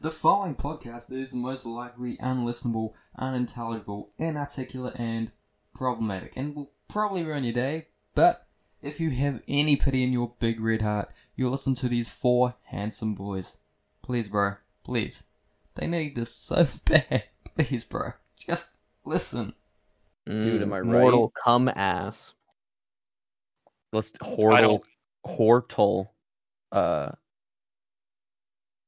The following podcast is most likely unlistenable, unintelligible, inarticulate, and problematic, and will probably ruin your day. But if you have any pity in your big red heart, you'll listen to these four handsome boys. Please, bro. Please. They need this so bad. Please, bro. Just listen. Dude, Mm, am I right? Mortal cum ass. Let's hortle, don't- hortle, uh,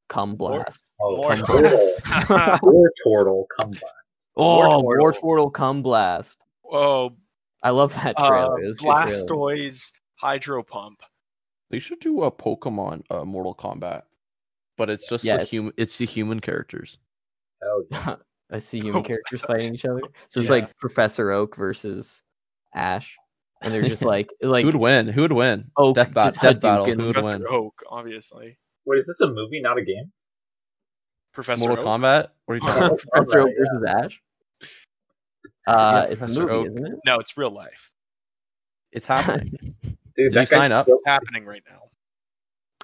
cum Hort- blast. Oh, More- come blast. or turtle, come blast. Oh, Hortortle. Wartortle cum blast. Oh, I love that uh, trailer. it was a good trailer. Blastoise Hydro Pump. They should do a Pokemon uh, Mortal Kombat, but it's just Yeah, the it's- human. It's the human characters. Oh, yeah. I see human characters fighting each other. So it's Yeah. like Professor Oak versus Ash, and they're just like, like, Oh, who would win? Who would win? Oak death ba- just death battle. Hadouken. Who would Just win? Professor Oak, obviously. Wait, is this a movie, not a game? Professor Mortal Oak. Kombat. What are you talking about? Professor Oak Right, versus Ash. Uh, it's a Professor movie, Oak. isn't it? No, it's real life. It's happening. Dude, that Did you guy- sign up? It's happening right now.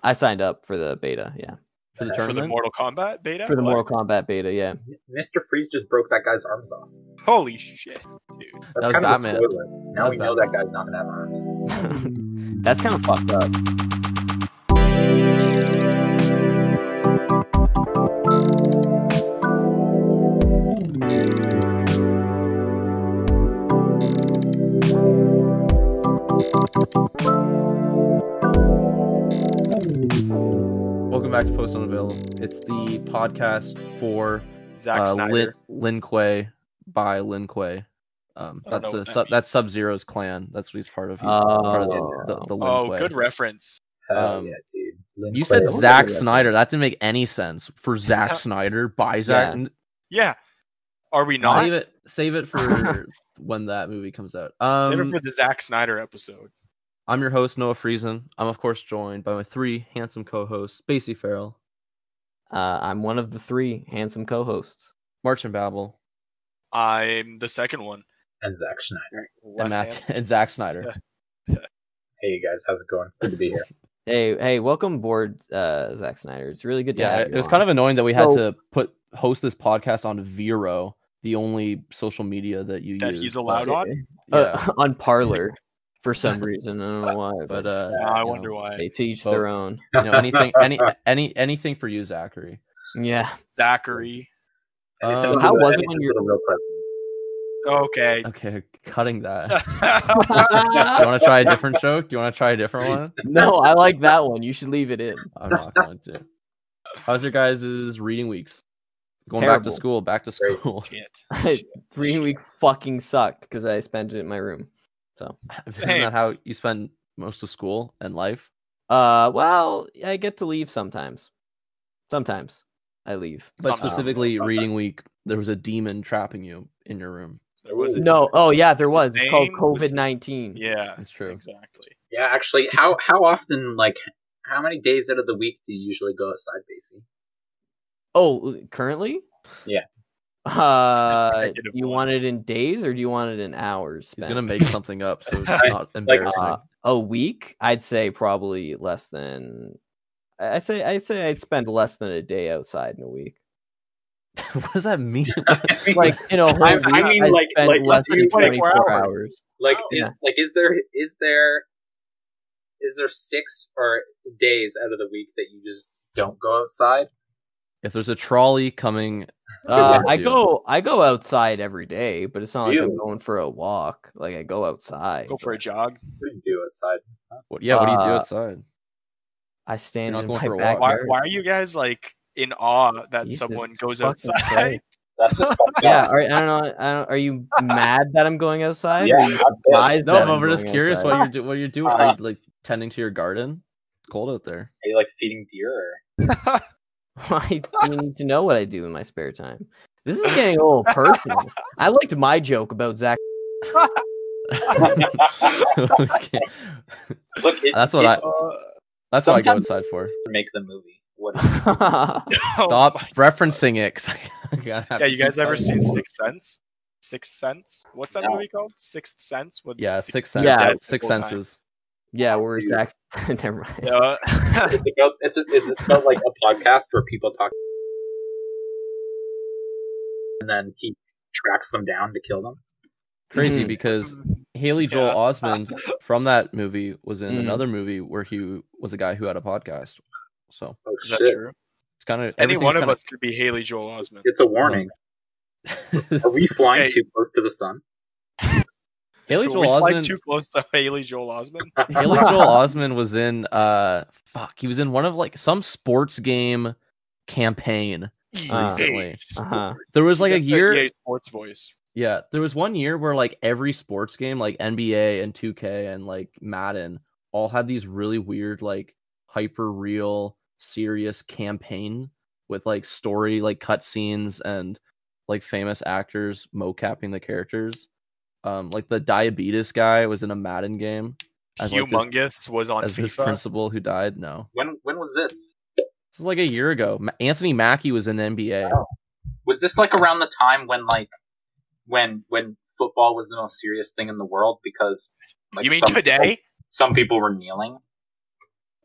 I signed up for the beta. Yeah, For the For the tournament? Mortal Kombat beta? for the What? Mortal Kombat beta. Yeah. Mr. Freeze just broke that guy's arms off. Holy shit, dude. That's was kind of Batman. a spoiler. Now was we know that guy's not gonna have arms. That's kind of fucked up. Welcome back to Post Unavailable. It's the Um, podcast for Zack uh, Snyder. Lin, Lin Kuei by Lin Kuei. Um, I don't know that's a what that sub, that's means. Sub Zero's clan. That's what he's part of. He's part of the, the, the Lin oh, Kuei. good reference. Hell Um, yeah, dude. Lin You Kuei. said Wait, Zack what? Snyder. That didn't make any sense for Zack Snyder by Zack. Yeah. Yeah. Are we not? Save it. Save it for when that movie comes out. Um, Save it for the Zack Snyder episode. I'm your host Noah Friesen. I'm of course joined by my three handsome co-hosts: Basie Farrell, Uh, I'm one of the three handsome co-hosts. March and Babel, I'm the second one. And Zack Schneider. and, Wes Matt, Hansen. and Zack Snyder. Hey, you guys, how's it going? Good to be here. Hey, hey, welcome aboard, uh, Zack Snyder. It's really good to Yeah, have it you it was kind on. of annoying that we had So- to put host this podcast on Vero, the only social media that you That use, he's but- allowed on? Yeah, uh, on Parlor for some reason. I don't know why, but uh, Yeah, I you wonder know, why. they teach but- their own. you know, anything, any, any, anything for you, Zachary. Yeah. Zachary. Anything Um, for how the- was it anything when for you're- the real president? Okay. Okay, cutting that. Do you no, want to try a different joke? Do you want to try a different one? I like that one. You should leave it in. I'm not going to. How's your guys' reading weeks? Going back to Terrible. school, back to Great. school. Shit. Three week fucking sucked because I spent it in my room. Isn't Same. that how you spend most of school and life? Uh, well, I get to leave sometimes. Sometimes I leave. But Sometimes. specifically, reading week, there was a demon trapping you in your room. There was a- No, oh yeah, there was. It's called name was- COVID nineteen. Yeah. That's true. Exactly. Yeah, actually, how how often, like, how many days out of the week do you usually go outside, Basie? Oh, currently? Yeah. Uh, Negative you one. want it in days or do you want it in hours? He's Spent? gonna make something up, so it's Like, not embarrassing. uh, a week. I'd say probably less than. I I say I say I'd spend less than a day outside in a week. what does that mean? Like in a whole I- week, I mean, I'd like- spend like, less than 24 24 hours. hours. Like, Oh, is yeah. like is there is there is there six or days out of the week that you just don't go outside? if there's a trolley coming, Uh, luck I to you. go I go outside every day, but it's not like I'm Ew. going for a walk. Like I go outside. Go for a jog. What do you do outside? what, yeah, what do you do Uh, outside? I stand You're in not my going for a backyard. walk. Why, why are you guys like in awe that Jesus someone goes fucking outside? Christ. That's just fucked yeah, up. are, I don't know. I don't, are you mad that I'm going outside? Yeah, Are you I'm pissed. surprised No, that but I'm we're just going curious outside? Uh-huh. what you're do- what you're doing. Are you like tending to your garden? It's cold out there. Are you like feeding deer? Or... Why do you need to know what I do in my spare time? This is getting a little personal. I liked my joke about Zach. Okay. Look, it, That's what it I Uh, that's what I go Sometimes- outside for. make the movie. What? oh Stop my- referencing it. 'cause I gotta have to Yeah, you keep guys ever talking. seen Sixth Sense? Sixth Sense? What's that No. movie called? Sixth Sense? With Yeah, six sense. Yeah. six Full time. senses. yeah, where Dude. Zach? Never mind. Uh, Is, it about- it's a, is this about like a podcast where people talk? and then he tracks them down to kill them. Crazy Mhm. because Haley Joel Mm-hmm. Yeah. Osmond from that movie was in Mm. another movie where he was a guy who had a podcast. So Oh Is that shit! true? it's kind of Any one of us could be Haley Joel Osment. It's a warning. Um, Are we flying Hey. too close to the sun? Haley But Joel we fly Osment. too close to Haley Joel Osment. Haley Joel Osment was in uh fuck, he was in one of like some sports game campaign. Ah. Recently. Uh-huh. There was, He like, a does the year- EA Sports voice. Yeah, there was one year where like every sports game like NBA and 2K and like Madden all had these really weird like hyper real serious campaign with like story like cutscenes and like famous actors mocapping the characters. Um like the diabetes guy was in a Madden game as like, this- Humongous was on as his FIFA. principal who died. No. When when was this? This is like a year ago. Ma- Anthony Mackie was in NBA. Oh. Was this like around the time when like when when football was the most serious thing in the world because like You mean some people, today? some people were kneeling.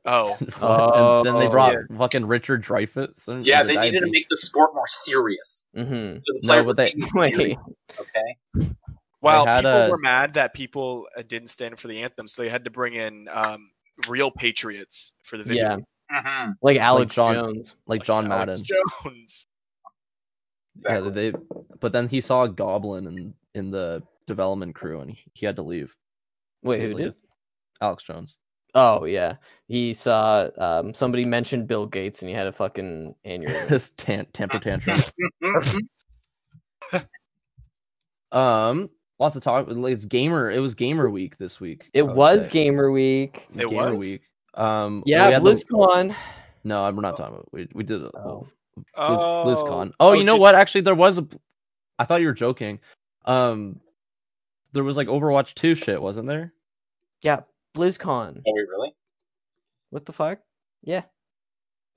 Oh, and then they Oh, brought fucking Richard Dreyfuss. and- Yeah, and the they needed to diabetes. make the sport more serious. Mm-hmm. So the No, players but were they- being Wait. serious, okay. well, had people a- were mad that people uh, didn't stand for the anthem, so they had to bring in um, real patriots for the video. Yeah. Mm-hmm. hmm Like Alex John- Jones. like John Madden. Alex Jones. Yeah, they. But then he saw a goblin in in the development crew, and he, he had to leave. Wait, So it who was like did? a- Alex Jones. Oh yeah, he saw um, somebody mentioned Bill Gates and he had a fucking aneurysm. His tan- temper tantrum. Mm-hmm. Mhm. um, lots of talk. like, It's gamer. It was gamer week this week. It I would was say. Gamer Week. It gamer was? week. Um, we Yeah, had the- BlizzCon. no, we're not talking about. We we did a Oh. Blizz, Oh, BlizzCon. Oh, you know did- what? Actually, there was a. I thought you were joking. Um, there was like Overwatch Two shit, wasn't there? Yeah, BlizzCon. Are we really? What the fuck? Yeah.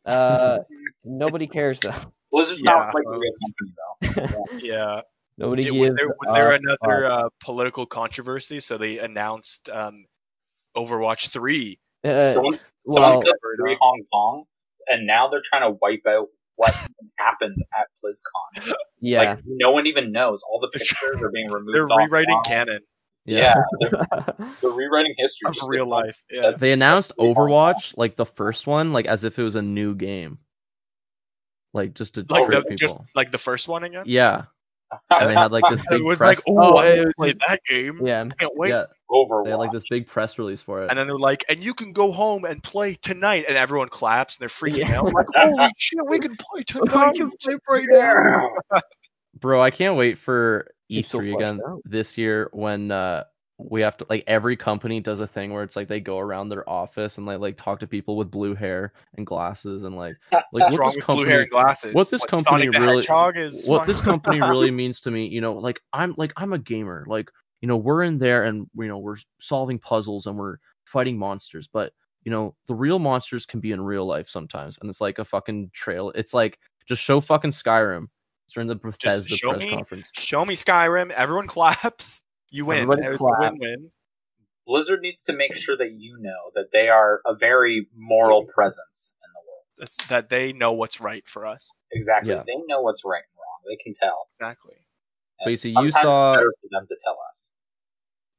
Uh, nobody cares though. Blizzard's Yeah, not like a well, real it's- company though. Yeah. nobody Did, gives. was there, was there a another uh, political controversy? So they announced um, Overwatch 3. fuck. Uh, someone someone well- said free Hong Kong, and now they're trying to wipe out what happened at BlizzCon. yeah. Like no one even knows. All the They're pictures are being removed. They're rewriting offline. canon Yeah, they're, Like, they're rewriting history of just real because life. Yeah. They announced really fun. Overwatch like the first one, like as if it was a new game, like just to Like trick the, people. just like the first one again. Yeah, and they had like this It big was press. like, oh, Oh, I it wanna was play like- that game. yeah. Can't wait. yeah, Overwatch. they had like this big press release for it. And then they're like, and you can go home and play tonight. And everyone claps and they're freaking Yeah. out. like, holy shit, we can play tonight. yeah. Bro, I can't wait for I'm so E3 fleshed again out. this year when uh we have to like every company does a thing where it's like they go around their office and they like talk to people with blue hair and glasses and like like What's what wrong this with company blue hair and glasses? what this When company Sonic the really- Hedgehog is what this fucking- company really means to me you know like i'm like i'm a gamer like you know we're in there and you know we're solving puzzles and we're fighting monsters but you know the real monsters can be in real life sometimes and it's like a fucking trail it's like just show fucking skyrim it's during the bethesda show press me? conference Show me Skyrim. Everyone claps. You win. Everybody It's a clap. win-win. Blizzard needs to make sure that you know that they are a very moral presence in the world. That's, that they know what's right for us. Exactly. Yeah. They know what's right and wrong. They can tell. Exactly. And Lisa, you sometimes it's saw- better for them to tell us.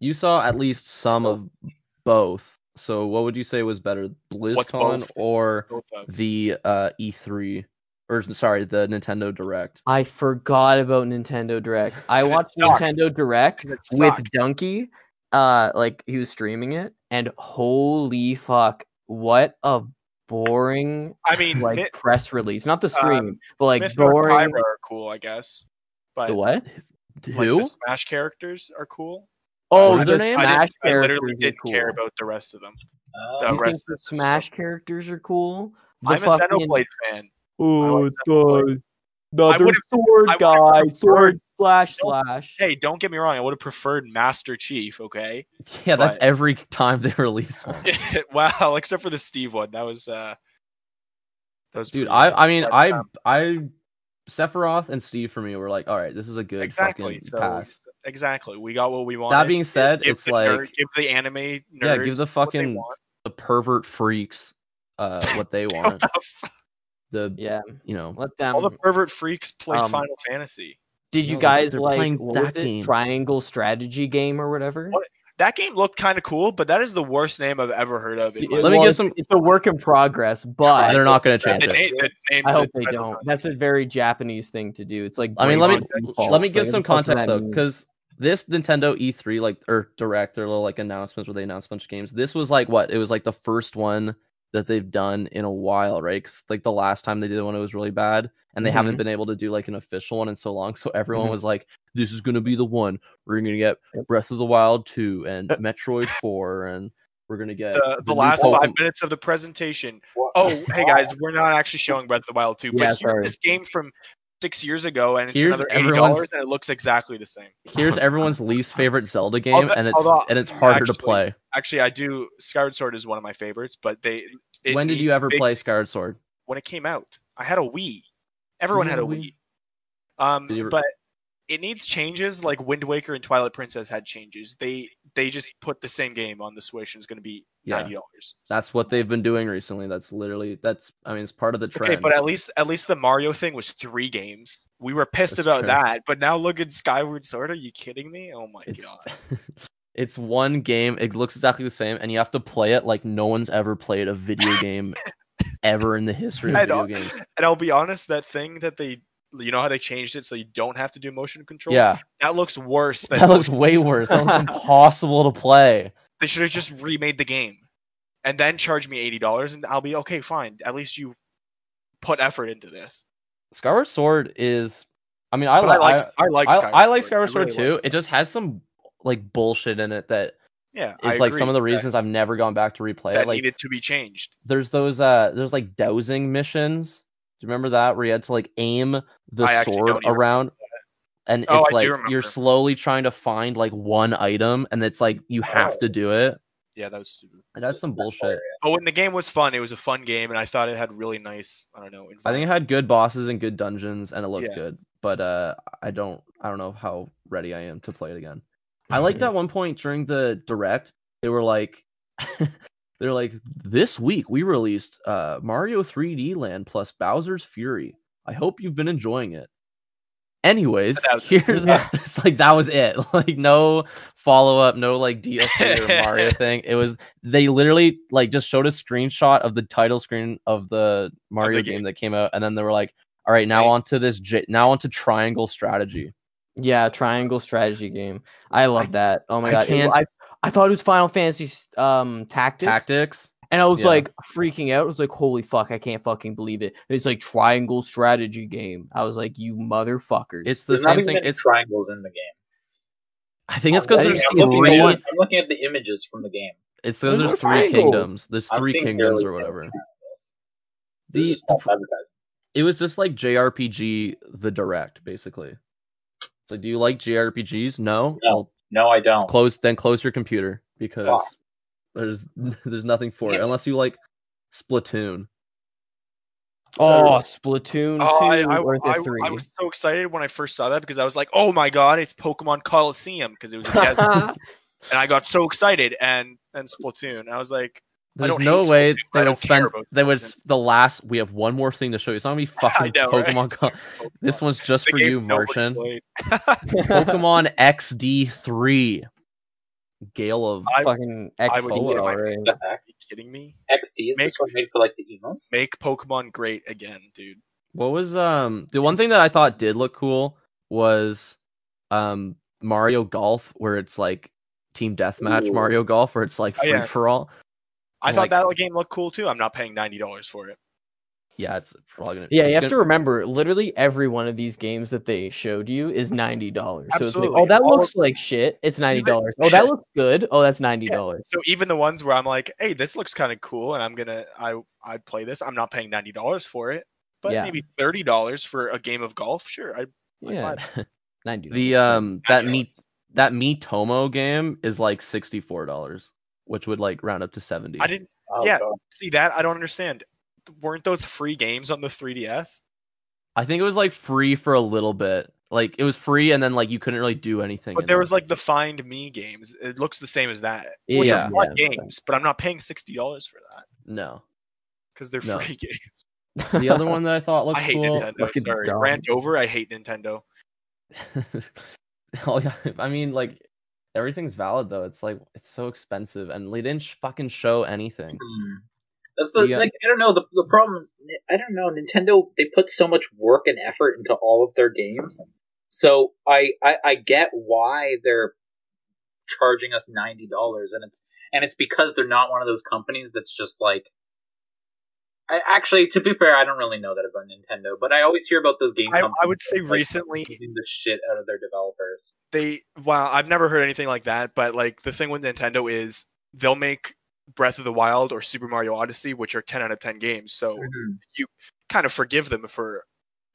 you saw at least some of both so what would you say was better blizzcon both? or Both of them. the uh e3 or sorry the nintendo direct I forgot about Nintendo Direct. I 'Cause it watched sucked. Nintendo Direct 'Cause it with sucked. Donkey. Uh, like he was streaming it, and holy fuck, what a boring I mean, like Myth, press release. Not the stream, um, but like Myth and boring. Pyra are cool, I guess. But The what? like Who? the Smash characters are cool. Oh, I the their didn't- name? I, Smash didn't- I characters literally are didn't care cool. about the rest of them. Oh, The You rest think of the the Smash characters are cool? The I'm fucking- a Xenoblade fan. Oh, like Xenoblade. the another would've- sword I would've guy, preferred- sword slash No, slash. Hey, don't get me wrong. I would have preferred Master Chief. Okay. Yeah, that's but- every time they release one. wow. Except for the Steve one. That was. uh That was. Dude, pretty I good. I mean But, I um, I Sephiroth and Steve for me were like, all right, this is a good exactly. fucking So pass. exactly, we got what we wanted. That being said, Give it's the nerd- like give the anime nerds yeah, give the what they fucking want. the pervert freaks uh what they want. What the f- The Yeah, you know let them. um, all the pervert freaks play Um, Final Fantasy. Did you No, guys they're like playing what that was it? game. Triangle strategy game or whatever? What? That game looked kind of cool, but that is the worst name I've ever heard of. in my Let life. me Well, get some- It's a work in progress, but They're not going to change the it. name, the name I hope the they title- don't. That's a very Japanese thing to do. It's like I mean, Brave let on me Default. let me It's give like, some what the fuck does that context though, mean? because this Nintendo E3 like or Direct, their little like announcements where they announce a bunch of games. This was like what it was like the first one that they've done in a while, right? 'Cause, like the last time they did one, it was really bad, and they haven't been able to do like an official one in so long. So everyone Mhm. was like, "This is gonna be the one. We're gonna get Breath of the Wild two and Metroid four, and we're gonna get The, the new last Pokemon." five minutes of the presentation What- Oh, hey guys, we're not actually showing Breath of the Wild 2, but Yeah, here's sorry. this game from six years ago, and it's Here's another eighty dollars, everyone's- and it looks exactly the same. Here's everyone's least favorite Zelda game, Although- and it's although, and it's harder actually, to play. Actually, I do. Skyward Sword is one of my favorites, but they. it When did you needs ever big- play Skyward Sword? When it came out, I had a Wii. Everyone You had a had a Wii. Um, Did you ever- but it needs changes, like Wind Waker and Twilight Princess had changes. They they just put the same game on the Switch, and it's going to be Yeah. ninety dollars. That's what they've been doing recently. That's literally that's I mean it's part of the trend. Okay, but at least at least the Mario thing was three games. We were pissed That's about true. that, but now look at Skyward Sword. Are you kidding me? Oh my it's, god! it's one game. It looks exactly the same, and you have to play it like no one's ever played a video game ever in the history of I video know. games. And I'll be honest, that thing that they, you know how they changed it so you don't have to do motion controls. Yeah, that looks worse. Than that looks way worse. That looks impossible to play. They should have just remade the game, and then charge me eighty dollars, and I'll be okay. Fine. At least you put effort into this. Skyward Sword is. I mean, I, But li- I like I, like I, Skyward I like Sword. Skyward I Sword really too. like It just has some like bullshit in it that yeah, I is like some agree of the that- reasons I've never gone back to replay that, it. Like needed to be changed. there's those uh there's like dowsing missions. Do you remember that where you had to like aim the I actually sword don't even around? And Oh, it's I like do you're remember. slowly trying to find like one item, and it's like you Oh. have to do it. Yeah, that was stupid. And that's some That's bullshit. But when the game was fun, it was a fun game, and I thought it had really nice. I don't know. I think it environment. had good bosses and good dungeons, and it looked Yeah. good. But uh, I don't, I don't know how ready I am to play it again. I liked at one point during the direct, they were like, they're like, this week we released uh, Mario 3D Land plus Bowser's Fury. I hope you've been enjoying it. Anyways, That was here's it's like that was it. Like no follow up, no like DLC or Mario thing. It was they literally like just showed a screenshot of the title screen of the Mario game. game. that came out, and then they were like, all right, now Thanks. onto this j- now onto triangle strategy. Yeah, triangle strategy game. I love that. Oh my I god! it- can't- I I thought it was Final Fantasy um tactics, Tactics. and I was yeah. like freaking out. I was like, "Holy fuck! I can't fucking believe it!" It's like triangle strategy game. I was like, "You motherfuckers!" It's the There's not same even thing. It's triangles in the game. I think it's because I'm I there's looking- think I'm looking, three. at, one- the- I'm looking at the images from the game. It's There's because there's no three triangles. kingdoms. There's I'm three seeing kingdoms barely or whatever. triangles. This The, is the false advertising. it was just like JRPG the direct basically. It's like, do you like JRPGs? No. No. No, I don't. Well, close then close your computer because there's there's nothing for it Yeah. unless you like Splatoon. oh, Splatoon two Oh, I, I, or the I- I three. was so excited when I first saw that because I was like, "Oh my god, it's Pokemon Coliseum!" Because it was a desert, and I got so excited. And and Splatoon, I was like, I There's don't no hate way Splatoon, but I they would don't care spend. about They would Splatoon. s- the last. We have one more thing to show you. It's not gonna be fucking "I know, right? Pokemon. Co- this one's just The for game you, nobody Martian. played. Pokemon XD3. Gale of I- fucking I would XD, get my- alright. What the heck? Are you kidding me? XD is this Make- one made for like the emos? Make Pokemon great again, dude. What was um the one thing that I thought did look cool was um Mario Golf where it's like team deathmatch Ooh. Mario Golf where it's like Oh, free yeah. for all. I And, like- thought that game looked cool too. I'm not paying ninety dollars for it. Yeah, it's probably gonna. Yeah, you it's have gonna- to remember, literally every one of these games that they showed you is ninety dollars. So it's like, Absolutely. oh, that All of looks like shit. It's ninety dollars. Even- Oh, that shit. looks good. Oh, that's ninety dollars. So even the ones where I'm like, "Hey, this looks kind of cool," and I'm gonna I I play this. I'm not paying ninety dollars for it, but Yeah. maybe thirty dollars for a game of golf. Sure, I like Yeah, ninety. The um that $90. me that me Tomo game is like sixty four dollars, which would like round up to seventy. I didn't Oh, Yeah. God. see that. I don't understand. Weren't those free games on the 3DS? I think it was like free for a little bit. Like it was free, and then like you couldn't really do anything. But in there it. was like the Find Me games. It looks the same as that. which Yeah. I want games, but I'm not paying sixty dollars for that no. because they're No. free games. um, The other one that I thought I looked hate cool. Nintendo. fucking Sorry, dumb. rant over. I hate Nintendo. oh yeah, I mean like everything's valid though. It's like it's so expensive, and they didn't sh- fucking show anything. Hmm. That's the Yeah. like I don't know the the problem is I don't know Nintendo they put so much work and effort into all of their games. So I I, I get why they're charging us ninety dollars and it's and it's because they're not one of those companies that's just like I actually to be fair I don't really know that about Nintendo but I always hear about those game I, companies I would say that, like, recently using the shit out of their developers. they wow i've never heard anything like that but like the thing with nintendo is they'll make breath of the wild or super mario odyssey which are 10 out of 10 games so Mm-hmm. kind of forgive them for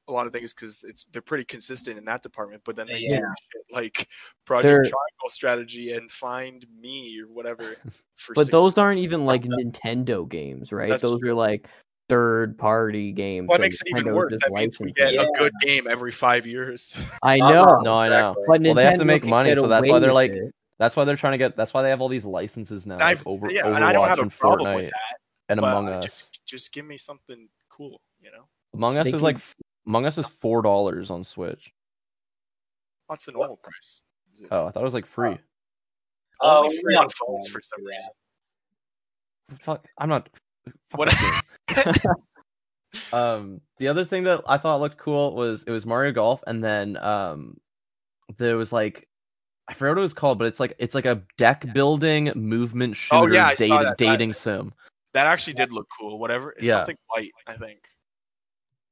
a lot of things because it's they're pretty consistent in that department but then they Yeah. do shit like project They're- triangle strategy and find me or whatever for But 60 those aren't even like Nintendo games, right? That's those are like third party games. what that makes it even Nintendo worse just that means we licenses. get a Yeah. good game every five years I Not know. wrong, No, I know. exactly. But Well, Nintendo they have to make can money, get so that's away why they're with like- it. That's why they're trying to get. That's why they have all these licenses now. I've- Like over, yeah, Overwatch and i don't have a and problem Fortnite with that and but Among I Us. just just give me something cool you know Among Us They is like f- Among Us is four dollars on Switch. what's the normal price Is it- Oh, I thought it was like free. Oh, Only free yeah. on phones for some Yeah. reason. Fuck, I'm not. fuck What- this game. um, the other thing that I thought looked cool was it was Mario Golf, and then um, there was like, I forgot what it was called, but it's like it's like a deck building movement shooter Oh, yeah, I saw dating, that. dating That- sim. That actually did look cool. Whatever, it's Yeah. something white, I think,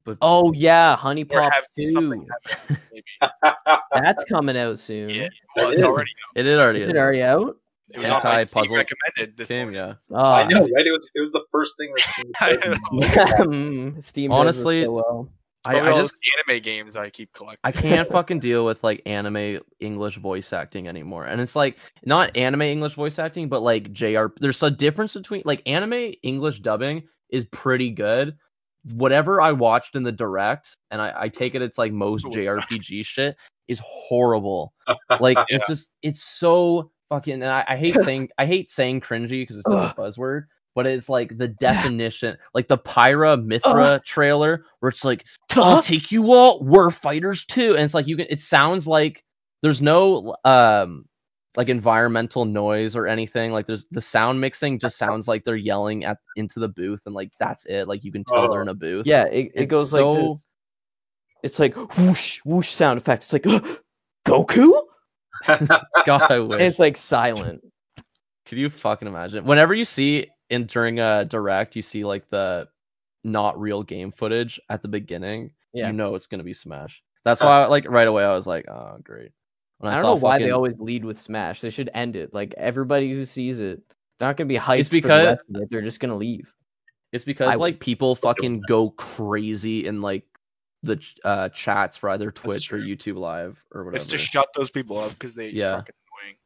But Oh yeah, Honey or Pop have something Two. happening. Maybe That's coming out soon. Yeah, Yeah, well, it's is. already it, it already is is. it already out? it was on my Steam Anti-puzzle recommended this game, game. yeah. Ah. I know, right? It was it was the first thing that Mm, Steam does it Honestly, so well. I, I just anime games I keep collecting. I can't fucking deal with like anime English voice acting anymore. And it's like not anime English voice acting, but like JR. There's a difference between like anime English dubbing is pretty good. Whatever I watched in the direct, and I, I take it, it's like most It was JRPG shit is horrible. Like it's just it's so fucking. And I, I hate saying I hate saying cringy because it's such a buzzword. But it's like the definition, like the Pyra Mithra trailer, where it's like I'll take you all. We're fighters too. And it's like you can it sounds like there's no um like environmental noise or anything. Like there's the sound mixing just sounds like they're yelling at into the booth and like that's it. Like you can tell they're in a booth. Yeah, it, it It's goes like so- this. It's like whoosh whoosh sound effect. It's like Goku. God I And wish. it's like silent. Could you fucking imagine? Whenever you see in during a direct, you see like the not real game footage at the beginning, Yeah. you know it's gonna be Smash. That's why like right away I was like, oh great. When I don't saw know why they fucking- always lead with Smash. They should end it. Like everybody who sees it, they're not gonna be hyped for because- the rest of it. They're just gonna leave. It's because would- like people fucking go crazy in like the ch- uh, chats for either Twitch or true. YouTube Live or whatever. It's to shut those people up because they Yeah. fucking annoying.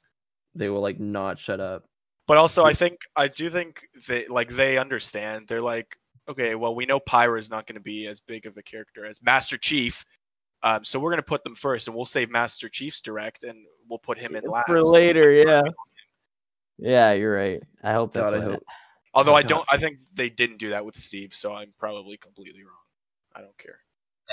they will like not shut up. But also, I think I do think they like they understand. They're like, okay, well, we know Pyra is not going to be as big of a character as Master Chief, um, so we're going to put them first, and we'll save Master Chief's direct, and we'll put him in last For later, yeah. Yeah, you're right. I hope that's God, I what hope. Although I God. don't, I think they didn't do that with Steve, so I'm probably completely wrong. I don't care.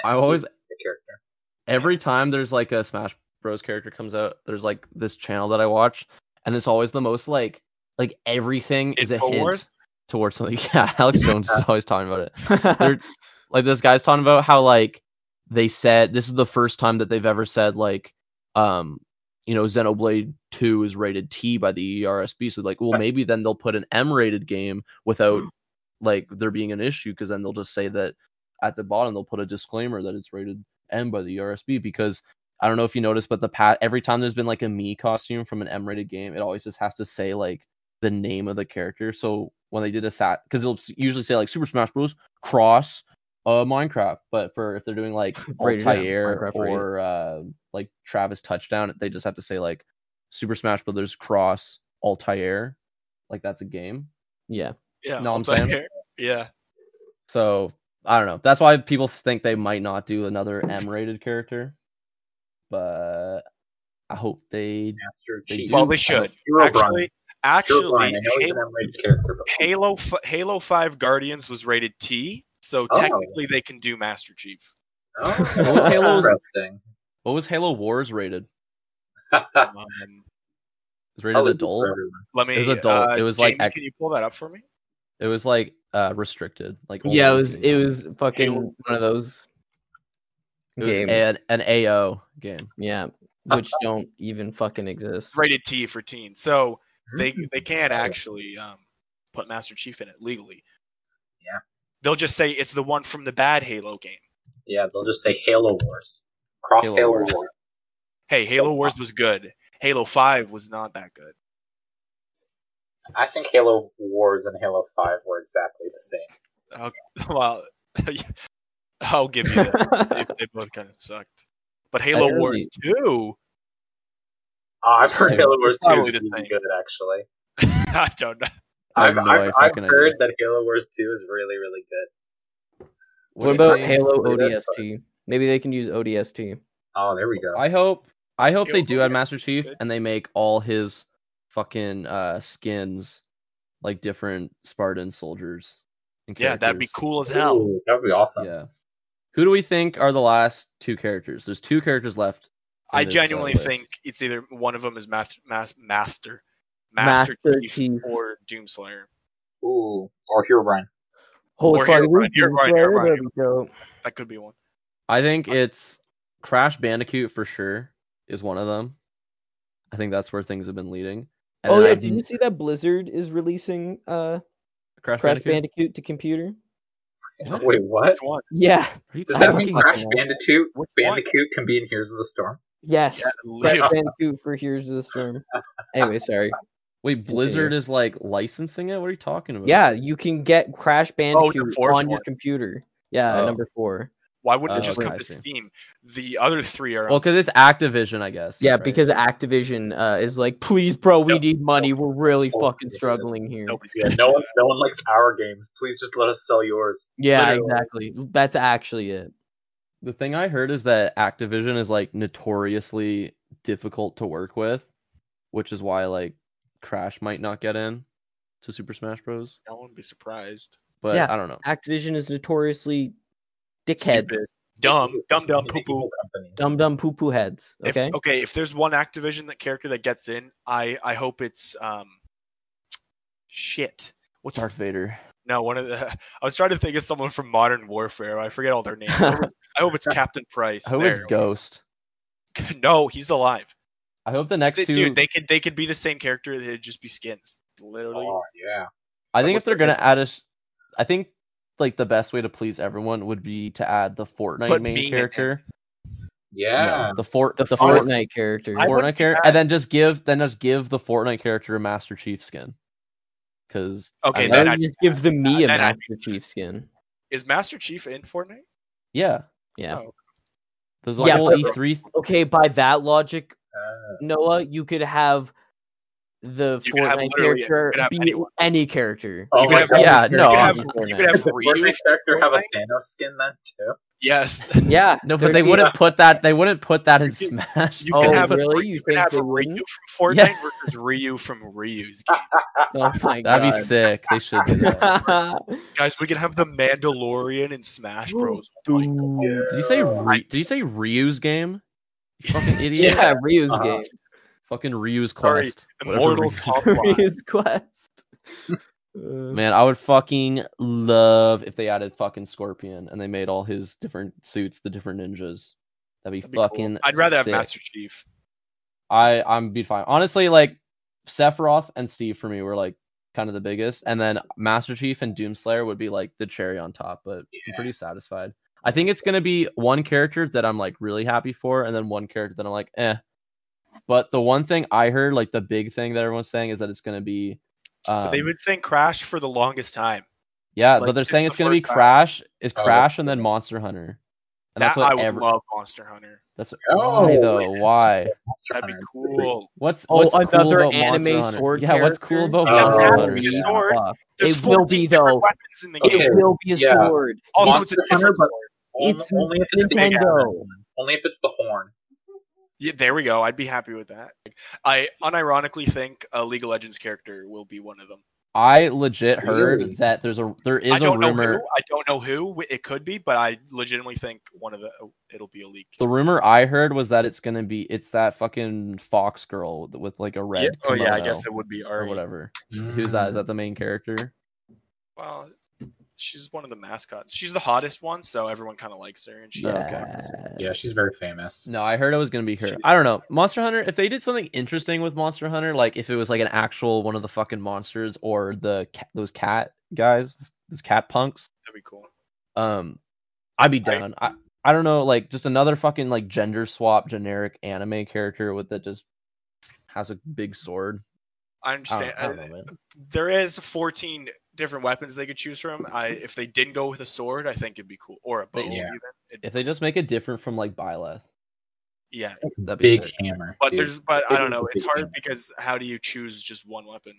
I always the character. every time there's like a Smash Bros character comes out, there's like this channel that I watch, and it's always the most like like everything is a hint Infowars? towards something. Yeah, Alex Jones is always talking about it. happened. they're like this guy's talking about how like they said this is the first time that they've ever said like um you know Xenoblade 2 is rated T by the E ERSB so like well maybe then they'll put an M rated game without like there being an issue because then they'll just say that at the bottom they'll put a disclaimer that it's rated M by the ERSB because I don't know if you noticed but the pat every time there's been like a me costume from an M rated game it always just has to say like the name of the character so when they did a sat because it'll s- usually say like Super Smash Bros cross uh Minecraft, but for if they're doing like Rated M, Altair Minecraft rated. or uh, like Travis touchdown, they just have to say like Super Smash Brothers cross Altair, like that's a game. yeah. Yeah, No, I'm Altair. saying- Yeah, So I don't know. That's why people think they might not do another M-rated character, but I hope they. Master They Chief. do. well, they I should You're right, Brian. actually. You're right. Actually, I know he's an Halo, M-rated character, but Halo, f- Halo Five Guardians was rated T, so Oh. technically they can do Master Chief. oh, Well, Halo's- interesting. What was Halo Wars rated? Um, It was rated Probably good adult. for everyone. let me. It was adult. uh, It was like Jamie, ex- can you pull that up for me? It was like uh restricted. Like only Yeah, it was games. it was fucking Halo one of those It was games. an an AO game. yeah, which don't even fucking exist. It's rated T for teen. So Mm-hmm. they Hmm. they can't actually um, put Master Chief in it legally. Yeah. They'll just say it's the one from the bad Halo game. Yeah, they'll just say Halo Wars. Cross Halo Halo, Wars. Wars. Hey, So Halo Wars was good. Halo Five was not that good. I think Halo Wars and Halo 5 were exactly the same. well, I'll give you that. they, they both kind of sucked. But Halo really- Wars Two, Uh, I've heard Same. Halo Wars 2 Probably is the really same. good, actually. I don't know. I have I've, no I've, I've fucking heard idea. that Halo Wars 2 is really, really good. What Wait, about they- Halo Wait, that's ODST? Maybe they can use ODST. Oh, there we go. I hope I hope they Halo do add Wars Master is Chief good. and they make all his fucking uh skins like different Spartan soldiers. and Yeah, that'd be characters. cool as hell. Ooh, that would be awesome. Yeah. Who do we think are the last two characters? There's two characters left. in I this, uh, genuinely list. think it's either one of them is math, math, master, master, Master Chief, Chief. or Doomslayer. Ooh, or Hero Run. Holy Or fuck! Hero Run, Hero Run, Hero Run, that'd Hero be dope. That could be one. I think it's Crash Bandicoot for sure is one of them. I think that's where things have been leading. And Oh then I yeah, did you think see that Blizzard is releasing uh Crash, Crash Bandicoot? Bandicoot to computer? What? Wait, what? Which one? Yeah. Are you Does I that don't mean fucking Crash kidding me? Bandicoot? Which one? Bandicoot can be in Heroes of the Storm? Yes. Yeah, Crash literally. Bandicoot for Heroes of the Storm. Anyway, sorry. Wait, Blizzard Continue. is like licensing it? What are you talking about? Yeah, you can get Crash Oh, Bandicoot fourth on your one. computer. Yeah, Oh. number four. Why wouldn't Oh, it just come I to see. Steam? The other three are Well, on because it's Activision, I guess. Yeah, right? because Activision uh, is like, please, bro, we Yep. need money. We're really Nope. fucking struggling here. Steam. Nobody's Yeah, gonna no do one, that. no one likes our games. Please just let us sell yours. Yeah, Literally. exactly. That's actually it. the thing I heard is that Activision is like notoriously difficult to work with, which is why like Crash might not get in to Super Smash Bros. I wouldn't be surprised. But Yeah. I don't know. Activision is notoriously dickhead, Stupid, dumb, dumb, dumb, poo poo. Evil companies. dumb dumb poo poo heads. Okay, If, okay, if there's one Activision that character that gets in, I I hope it's um shit. What's Darth Vader. no one of the? I was trying to think of someone from Modern Warfare. I forget all their names. I hope- I hope it's Captain Price. I hope it's There. Ghost. No, he's alive. I hope the next They- two. Dude, they could they could be the same character. They'd just be skins. Literally, Oh, yeah. I think what's if they're the gonna add a, difference? sh- I think like the best way to please everyone would be to add the Fortnite Put main Ming in it. character. No, Yeah. the Fort the, the, Fort- honest- Fortnite character. I wouldn't Fortnite be character, mad. and then just give then just give the Fortnite character a Master Chief skin. Because Okay, I then would I'd be just give the me a then I'd Master be Chief skin. is Master Chief in Fortnite? yeah, Yeah. Oh. there's a Yeah, whole but- E3. Okay, by that logic, Uh, Noah, you could have the You could have Fortnite literally- you character could have be anyone. any character. Oh You could my have- God. yeah, no, you could Oh, have, in you Fortnite. could have Does the Ryu. Fortnite character have a Fortnite? Thanos skin then too? Yes. Yeah, No, but there'd they be- wouldn't put that. They wouldn't put that in You can- Smash. You though. can Oh, have really? a, You you can think have they a Ryu wouldn't? from Fortnite Yeah. versus Ryu from Ryu's game. Oh my That'd be god. sick. They should do that. Guys, we can have the Mandalorian in Smash Bros. Oh my God. Dude. Did you say? Yeah. Re- did you say Ryu's game? You fucking idiot. Yeah, Ryu's Uh-huh. game. Fucking Ryu's Sorry, quest. Whatever Immortal Ryu's- Kombat. Ryu's quest. Uh, Man, I would fucking love if they added fucking Scorpion and they made all his different suits the different ninjas. That'd be, That'd be cool. fucking. I'd rather have sick. Master Chief. I I'm be fine. Honestly, like Sephiroth and Steve for me were like kind of the biggest, and then Master Chief and Doomslayer would be like the cherry on top. But I'm pretty satisfied. I think it's gonna be one character that I'm like really happy for, and then one character that I'm like eh. But the one thing I heard, like the big thing that everyone's saying, is that it's gonna be. Um, But they've been saying Crash for the longest time. yeah, like, but they're since saying the it's gonna be first Crash. Crash, is Oh, Crash, and then okay. Monster Hunter. And That that's what I would every- love Monster Hunter. That's Oh, why wait. though. Why? That'd be cool. What's Oh, what's cool another about Monster anime Hunter? sword yeah, what's cool character? about It doesn't Monster have to Hunter? be a is- sword. fuck. There's It will 14 be, different though. weapons in the Okay. game. It will be a yeah. sword. Also, it's Monster a different Hunter, but- sword. Only, It's only if it's the big Nintendo. ass one. Only if it's the horn. Yeah, there we go. I'd be happy with that. I unironically think a League of Legends character will be one of them. I legit heard Really? that there's a there is I don't a know rumor. who. I don't know who it could be, but I legitimately think one of the oh, it'll be a leak. The rumor I heard was that it's gonna be it's that fucking fox girl with, with like a red. Yeah, oh yeah, I kimono guess it would be Ari. or whatever. Who's that? Is that the main character? Well, she's one of the mascots. She's the hottest one, so everyone kind of likes her, and she's Yeah. like, Yeah, she's very famous. No, I heard it was gonna be her. Shit. I don't know. Monster Hunter. If they did something interesting with Monster Hunter, like if it was like an actual one of the fucking monsters or the ca- those cat guys, those cat punks, that'd be cool. um, I'd be Right. down. I I don't know, like just another fucking like gender swap generic anime character with that just has a big sword. I I don't, understand. I don't uh, know, man. there is 14 different weapons they could choose from. I if they didn't go with a sword, I think it'd be cool, or a bow. Yeah. even. It- If they just make it different from like Byleth, yeah, that'd be Big sick. hammer. but dude. there's but Big I don't know. hammer, It's big hard hammer. because how do you choose just one weapon?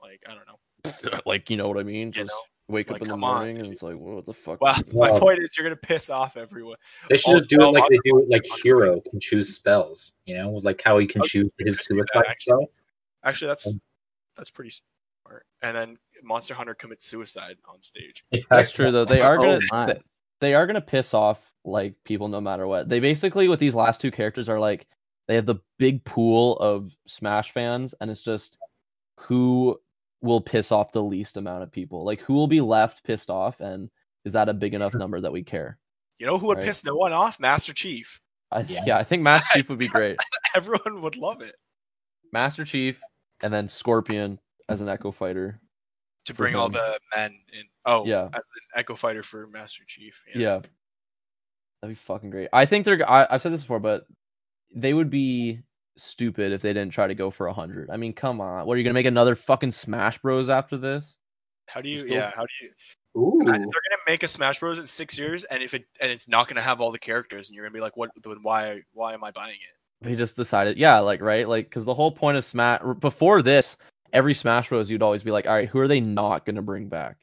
Like I don't know. like you know what I mean. You Just know, wake like, up in the come on, morning and dude. it's like, what the fuck? Well, my Well- point is you're gonna piss off everyone. They should all just do it like they 12 do it like other- Hero can choose spells, you know, like how he can Oh, choose you his could do that, suicide actually. spell. Actually, that's Um, that's pretty smart. And then Monster Hunter commits suicide on stage. That's true though. They are Oh gonna my. th- they are gonna piss off like people no matter what. They basically with these last two characters are like they have the big pool of Smash fans, and it's just who will piss off the least amount of people. Like who will be left pissed off, and is that a big enough number that we care? You know who would Right. piss no one off? Master Chief. I, yeah. Yeah. I think Master Chief would be great. Everyone would love it Master Chief, and then Scorpion as an Echo Fighter. to For bring all him. the men in. Oh, Yeah. as an Echo Fighter for Master Chief. Yeah. That'd be fucking great. I think they're I, I've said this before, but they would be stupid if they didn't try to go for a hundred. I mean, come on. What are you gonna make another fucking Smash Bros after this? How do you? Just go- Yeah. How do you? Oh, Ooh. I- they're gonna make a Smash Bros in six years, and if it and it's not gonna have all the characters, and you're gonna be like, what? Then why? Why am I buying it? They just decided, yeah, like right, like because the whole point of Smash before this, every Smash Bros, you'd always be like, all right, who are they not gonna bring back?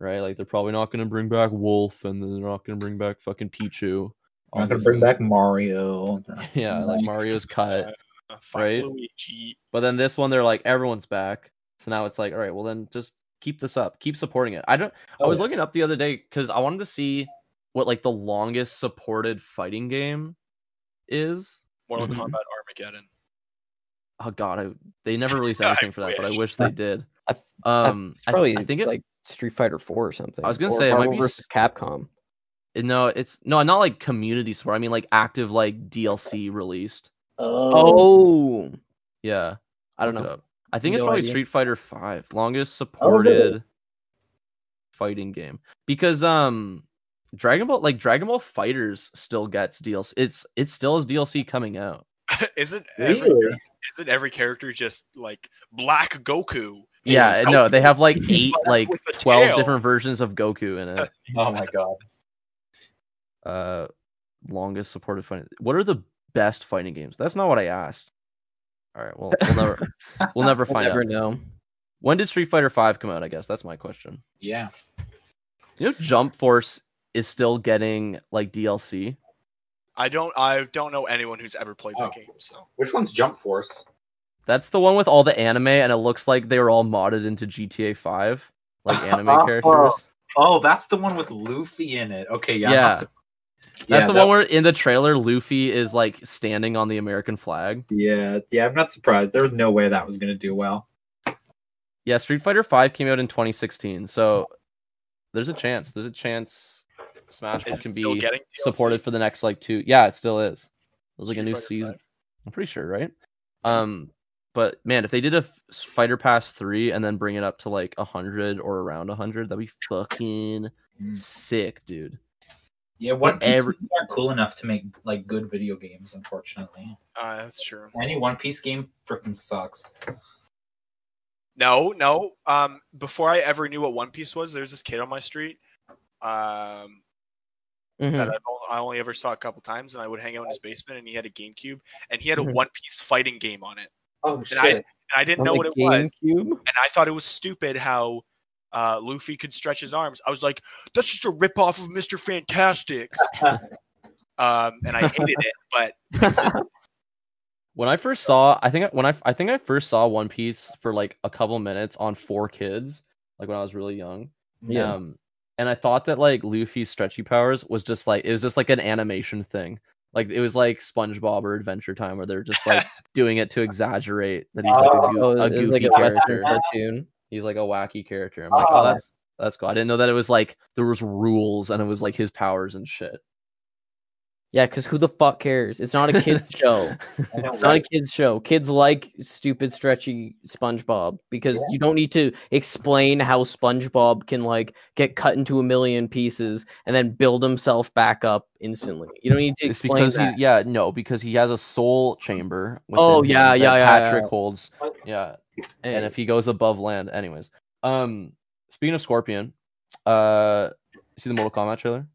Right, like they're probably not gonna bring back Wolf, and then they're not gonna bring back fucking Pichu. I'm not gonna bring obviously. back Mario. They're not yeah, gonna like bring Mario's cut. Uh, fuck Right. Luigi. But then this one, they're like, everyone's back. So now it's like, all right, well then just keep this up, keep supporting it. I don't. I Oh, was yeah. looking up the other day because I wanted to see what like the longest supported fighting game is. Mortal Mm-hmm. Mhm. Kombat Armageddon. Oh god, I, they never released I anything for that, but I wish. wish they did. I th- I- Um, it's I, probably I think it like Street Fighter Four or something. I was gonna or say, it might Marvel be versus s- Capcom. no, it's no, not like community support. I mean like active like DLC released. Oh, Yeah, I don't look it know. up. I think it's No probably idea. Street Fighter Five, longest really? supported fighting game. Because um Dragon Ball like Dragon Ball Fighters still gets DLC. It's it still is DLC coming out. isn't every, Really? isn't every character just like Black Goku? Yeah, and no, Goku they have like eight but like with the twelve tail. different versions of Goku in it. Oh my god. Uh longest supported fighting. What are the best fighting games? That's not what I asked. All right, well we'll never we'll never We'll find never out. know. When did Street Fighter Five come out? I guess that's my question. Yeah. You know, Jump Force is still getting like DLC. I don't. I don't know anyone who's ever played that Oh. game. So Which one's Jump Force? That's the one with all the anime, and it looks like they were all modded into GTA Five, like anime characters. Oh, that's the one with Luffy in it. Okay, yeah. I'm Yeah. not sur- That's the that- one where in the trailer Luffy is like standing on the American flag. Yeah, yeah, I'm not surprised. There was no way that was gonna do well. Yeah, Street Fighter Five came out in 2016, so there's a chance. There's a chance Smash is it can still be getting DLC? supported for the next like two. Yeah, it still is. There's like a Street new Fighter season. five? I'm pretty sure, right? Um, but man, if they did a f- Fighter Pass three and then bring it up to like hundred or around hundred, that'd be fucking Mm. sick, dude. Yeah, One Piece every- people aren't cool enough to make like good video games, unfortunately. Uh, that's true. Any One Piece game freaking sucks. No, no. Um, before I ever knew what One Piece was, there's this kid on my street. Um, that Hmm. Mhm. I've, on- I only ever saw a couple times, and I would hang out in his basement, and he had a GameCube, and he had a Hmm. Mhm. One Piece fighting game on it, Oh And I- shit. and I didn't On know the what it was, GameCube? and I thought it was stupid how. Uh, Luffy could stretch his arms. I was like, "That's just a ripoff of Mister Fantastic," um, and I hated it. But When I first saw, I think I- when I I think I first saw One Piece for like a couple minutes on Four Kids, like when I was really young. Yeah. Um, and I thought that like Luffy's stretchy powers was just like it was just like an animation thing. Like it was like SpongeBob or Adventure Time, where they're just like doing it to exaggerate that he's like a, goo- Oh, a it's goofy like a Western character. cartoon. He's like a wacky character. I'm like, Oh. oh, that's that's cool. I didn't know that it was like there was rules and it was like his powers and shit. Yeah, because who the fuck cares? It's not a kids show. I know, It's not a right? kids show. Kids like stupid, stretchy SpongeBob because you don't need to explain how SpongeBob can like get cut into a million pieces and then build himself back up instantly. You don't need to It's explain because that. he's yeah no because he has a soul chamber. Oh, within him yeah, that yeah, yeah, Patrick yeah. holds yeah, Hey, and if he goes above land, anyways. Um, speaking of Scorpion, uh, see the Mortal Kombat trailer.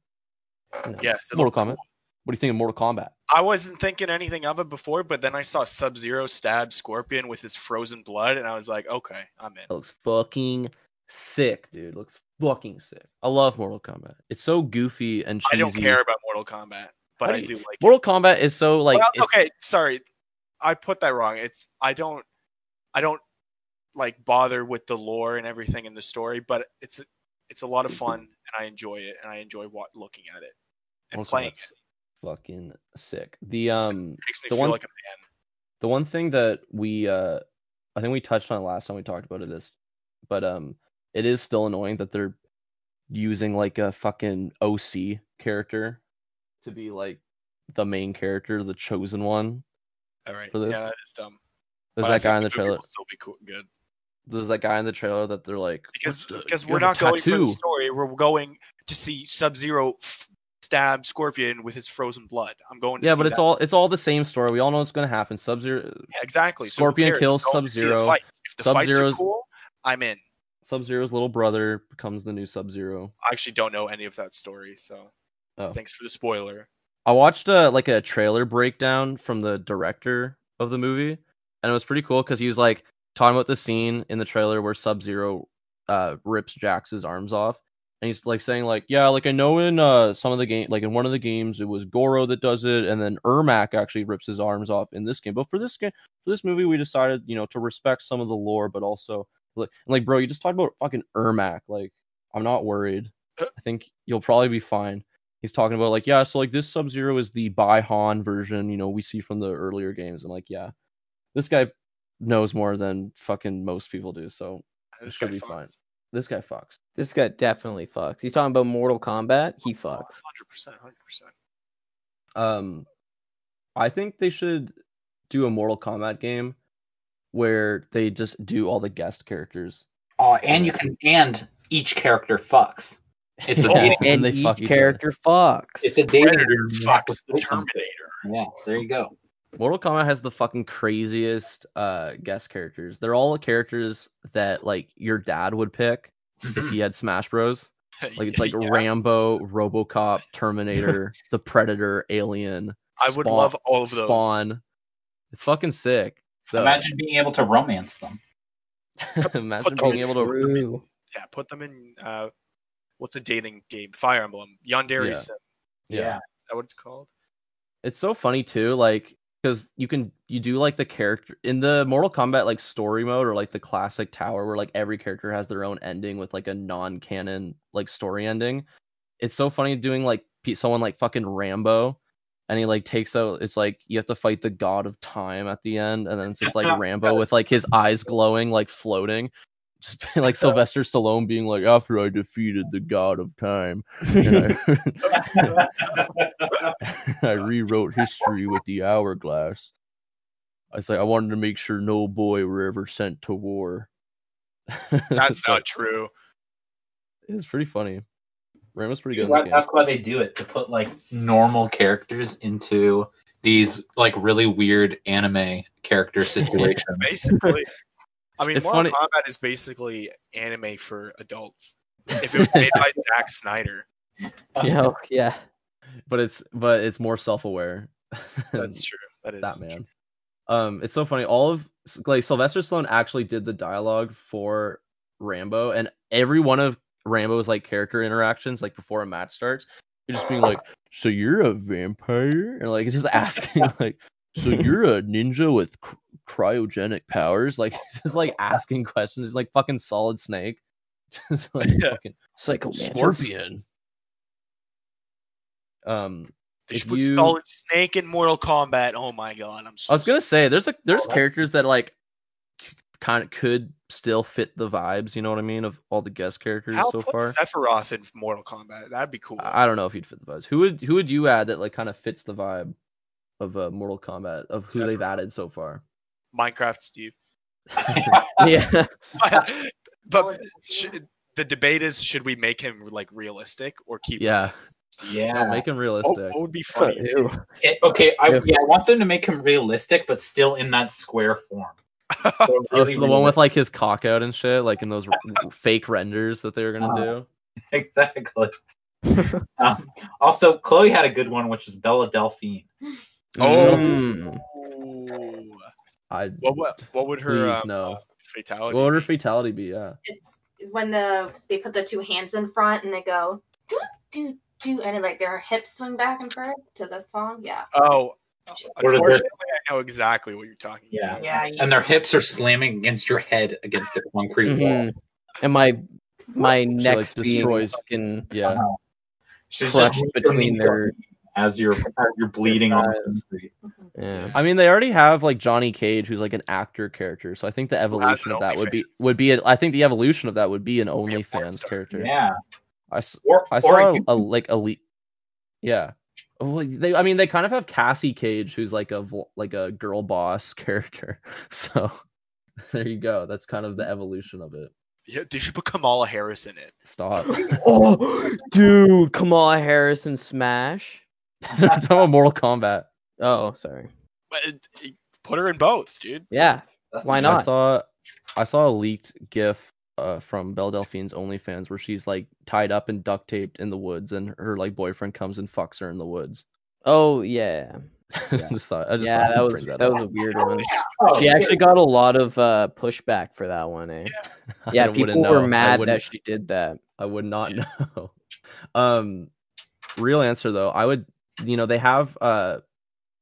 Yes, it Mortal looked Kombat. What do you think of Mortal Kombat? I wasn't thinking anything of it before, but then I saw Sub Zero stab Scorpion with his frozen blood, and I was like, okay, I'm It in. looks fucking sick, dude. looks fucking sick. I love Mortal Kombat. It's so goofy and I cheesy. don't care about Mortal Kombat, but Why I do do you- like it. Mortal Kombat is so like Well, it's- okay, sorry, I put that wrong. It's I don't, I don't like bother with the lore and everything in the story, but it's it's a lot of fun, and I enjoy it, and I enjoy wa- looking at it and Mortal playing. It. Kombat's Fucking sick. The um It makes me The feel one- like a man. the one thing that we uh I think we touched on it last time we talked about it this, but um it is still annoying that they're using like a fucking OC character to be like the main character, the chosen one. All right, for this. yeah, that is dumb. There's But I that guy think in the movie trailer. Will still be cool, good. There's that guy in the trailer that they're like because "What the- because you we're have not a going for the tattoo." story. We're going to see Sub Zero f- stab Scorpion with his frozen blood. I'm going. To Yeah, see but it's that. all it's all the same story. We all know it's gonna happen. Sub Zero yeah, exactly. So who Scorpion cares? I'm kills going to see the Sub-Zero. fights. If the Sub-Zero's- fights are cool, I'm in. Sub Zero's little brother becomes the new Sub Zero. I actually don't know any of that story, so Oh. thanks for the spoiler. I watched uh, like a trailer breakdown from the director of the movie, and it was pretty cool because he was like talking about the scene in the trailer where Sub Zero uh, rips Jax's arms off, and he's like saying like, yeah, like I know in uh, some of the game, like in one of the games, it was Goro that does it, and then Ermac actually rips his arms off in this game. But for this game, for this movie, we decided you know to respect some of the lore, but also like, like bro, you just talked about fucking Ermac. Like I'm not worried. I think you'll probably be fine he's talking about like yeah so like this sub zero is the by han version you know we see from the earlier games i'm like yeah this guy knows more than fucking most people do so This should guy be fine. fucks. this guy fucks This guy definitely fucks. He's talking about Mortal Kombat. He fucks. Hundred percent, hundred percent. um i think they should do a mortal kombat game where they just do all the guest characters Oh, and you can and each character fucks. It's a Yeah. dating. And they fuck each each character fucks. It's a dating. Predator game you have to fucks the fight them. Terminator. Yeah, there you go. Mortal Kombat has the fucking craziest uh guest characters. They're all characters that like your dad would pick if he had Smash Bros. Like it's like Yeah. Rambo, RoboCop, Terminator, The Predator, Alien. I would Spawn- love all of those. Spawn. It's fucking sick. So, Imagine being able to romance them. imagine them being in able to. True. Yeah, put them in. Uh, what's a dating game? Fire Emblem, Yandere Yeah. Sim. Yeah. Is that what it's called? it's so funny too like because you can you do like the character in the mortal kombat like story mode or like the classic tower where like every character has their own ending with like a non-canon like story ending it's so funny doing like pe- someone like fucking rambo and he like takes out it's like you have to fight the god of time at the end and then it's just like rambo with like his eyes glowing like floating just being like sylvester stallone being like after i defeated the god of time and I- I rewrote history with the hourglass. I was like, I wanted to make sure no boy were ever sent to war. That's It's not like- true. It's pretty funny. Ramo's pretty good in Why- that game. That's why they do it to put like normal characters into these like really weird anime character situations. basically. I mean, It's funny- Mortal Kombat is basically anime for adults. If it was made by Zack Snyder, Yeah, yeah. But it's but it's more self aware. that's true. That is that man. true. Um, it's so funny. All of like Sylvester Stallone actually did the dialogue for Rambo, and every one of Rambo's like character interactions, like before a match starts, it's just being like, "So you're a vampire," and like it's just asking like, so you're a ninja with cr- cryogenic powers like it's just like asking questions it's like fucking solid snake just like Yeah. fucking Psycho scorpion um They if should put you- Solid Snake in Mortal Kombat. Oh my god, I'm so i was gonna say there's like there's Oh, that- characters that like kind of could still fit the vibes you know what i mean of all the guest characters How so put far Sephiroth in Mortal Kombat? That'd be cool. I I don't know if he'd fit the vibes. Who would who would you add that like kind of fits the vibe of uh, Mortal Kombat of who they've Sephiroth. added so far? Minecraft Steve. Yeah. but but sh- the debate is should we make him like realistic or keep Yeah, yeah. make him Oh, realistic. what would be funny? Oh, Ew. It- okay, I, Yeah. yeah, I want them to make him realistic, but still in that square form. So Oh, really so the one with realistic. like his cock out and shit, like in those r- r- fake renders that they were gonna Uh-huh. Uh, do. exactly. um, also, Chloe had a good one, which was Bella Delphine. Oh. Mm. Ooh. I What, what what would her please um, no. uh, what fatality? would her fatality be? Yeah, It's it's when the they put the two hands in front and they go do do do and it, like their hips swing back and forth to this song. Yeah. oh, Or did their- unfortunately, I know exactly what you're talking Yeah. about. Yeah. And their hips are slamming against your head against the concrete wall. Mhm. And my my neck's like, being destroys- fucking Uh, yeah. She's Clutched just between between their- their as you're as you're bleeding on the concrete. Mhm. yeah. I mean, they already have like Johnny Cage, who's like an actor character. So I think the Who has evolution an of that would be OnlyFans. would be. A, I think the evolution of that would be an be a porn OnlyFans star. character. Yeah. I s- Or I or saw you- a, like elite. Yeah. Oh, Well, they, I mean, they kind of have Cassie Cage, who's like a vo- like a girl boss character. So there you go. That's kind of the evolution of it. Yeah, They should put Kamala Harris in it. Stop. Oh, dude, Kamala Harris and Smash. I'm talking about Mortal Kombat. Oh, sorry. But it- it- put her in both, dude. Yeah, that's- why I not? saw I saw a leaked GIF uh, from Belle Delphine's OnlyFans where she's like tied up and duct taped in the woods, and her like boyfriend comes and fucks her in the woods. Oh yeah, I just thought I just yeah. thought I'd That was bring that, that, up. was a weird one. Oh, She actually got a lot of uh, pushback for that one. Eh? I Yeah, wouldn't people know. I were mad wouldn't- that she did that. I would not know. Um, real answer though, I would. You know, they have uh,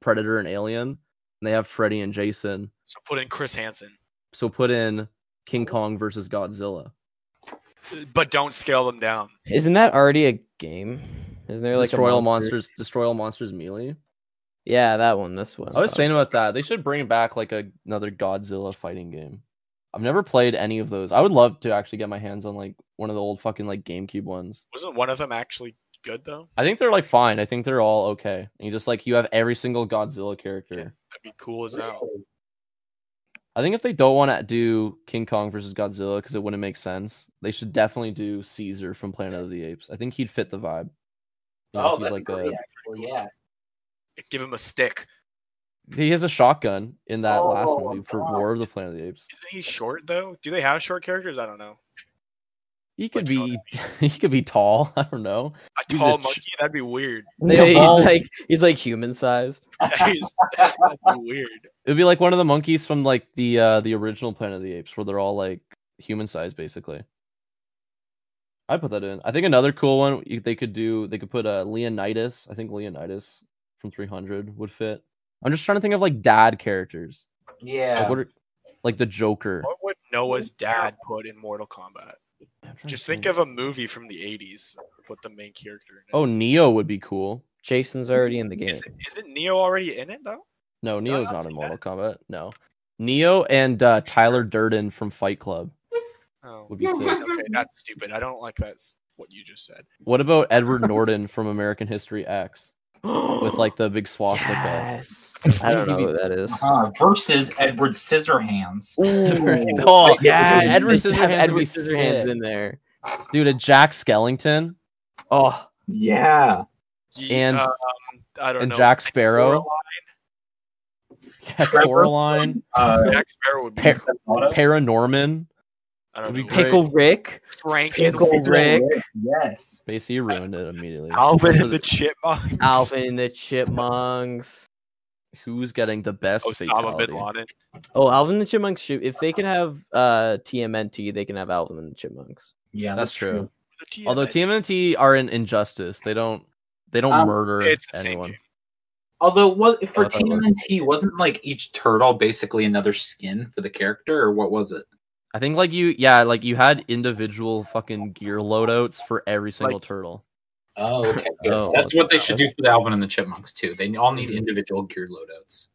Predator and Alien, and they have Freddy and Jason. So put in Chris Hansen, So put in King Kong versus Godzilla. but don't scale them down. Isn't that already a game? Isn't there like destroy a all monster? monsters. Destroy all monsters melee. Yeah, that one. This one. I was saying about that. They should bring back like a, another Godzilla fighting game. I've never played any of those. I would love to actually get my hands on like one of the old fucking like GameCube ones. Wasn't one of them actually good though? I think they're like fine. I think they're all okay. And you just like you have every single Godzilla character. That'd be cool as Oh, hell. I think if they don't want to do King Kong versus Godzilla because it wouldn't make sense, they should definitely do Caesar from Planet of the Apes. I think he'd fit the vibe. You know, Oh, he's that's like great, a- actually, yeah. Give him a stick. he has a shotgun in that last Oh, movie for God. War of the Planet of the Apes. Isn't he short though? Do they have short characters? I don't know. He could Like, you be he could be tall. I don't know. A He's a tall ch- monkey? That'd be weird. Yeah, They he's evolved. like he's like human sized. He's- that'd be weird. It would be like one of the monkeys from like the uh the original Planet of the Apes where they're all like human sized basically. I put that in. I think another cool one you- they could do they could put uh, Leonidas. I think Leonidas from 300 would fit. I'm just trying to think of like dad characters. Like Yeah. what are like the Joker. What would Noah's dad put in Mortal Kombat? I'm trying to Just think of a movie from the 80s. Put the main character in it. Oh, Neo would be cool. Jason's already in the game. Is it, isn't Neo already in it though? No, Did I Neo's not not see in Mortal Kombat. No. Neo and uh, Tyler Durden from Fight Club. Oh, Would be sick. okay, that's stupid. I don't like that's what you just said. What about Edward Norton from American History X with like the big swastika? yes. Like, I don't he'd know be- who that is. Uh, versus Edward Scissorhands. Oh, Yeah, dude, Edward Edward Scissorhands, Scissorhands Edward would be Scissorhands sick. in there. Dude, a Jack Skellington Oh, Yeah. Ye- And- um, I don't and know. Jack Sparrow. Yeah, Trevor Coraline, Uh, Jack Sparrow would be. Pe- Auto- Paranorman. I don't would be know. great. Pickle Rick. Frank Pickle and Rick. Yes. Basically, you ruined it immediately. Alvin and the Chipmunks. Alvin and the Chipmunks. Who's getting the best Osama bin fatality? Laden. Oh, Alvin and the Chipmunks. Shoot, if they can have uh, TMNT, they can have Alvin and the Chipmunks. Yeah, That's true. The TMNT. Although TMNT are in injustice, they don't they don't Um, murder it's the same anyone. game. Although what for Uh, TMNT wasn't like each turtle basically another skin for the character, or what was it? I think like you, yeah, like you had individual fucking gear loadouts for every single turtle. Oh, okay. good. Oh, That's what they should do for the Alvin and the Chipmunks too. They all need individual gear loadouts.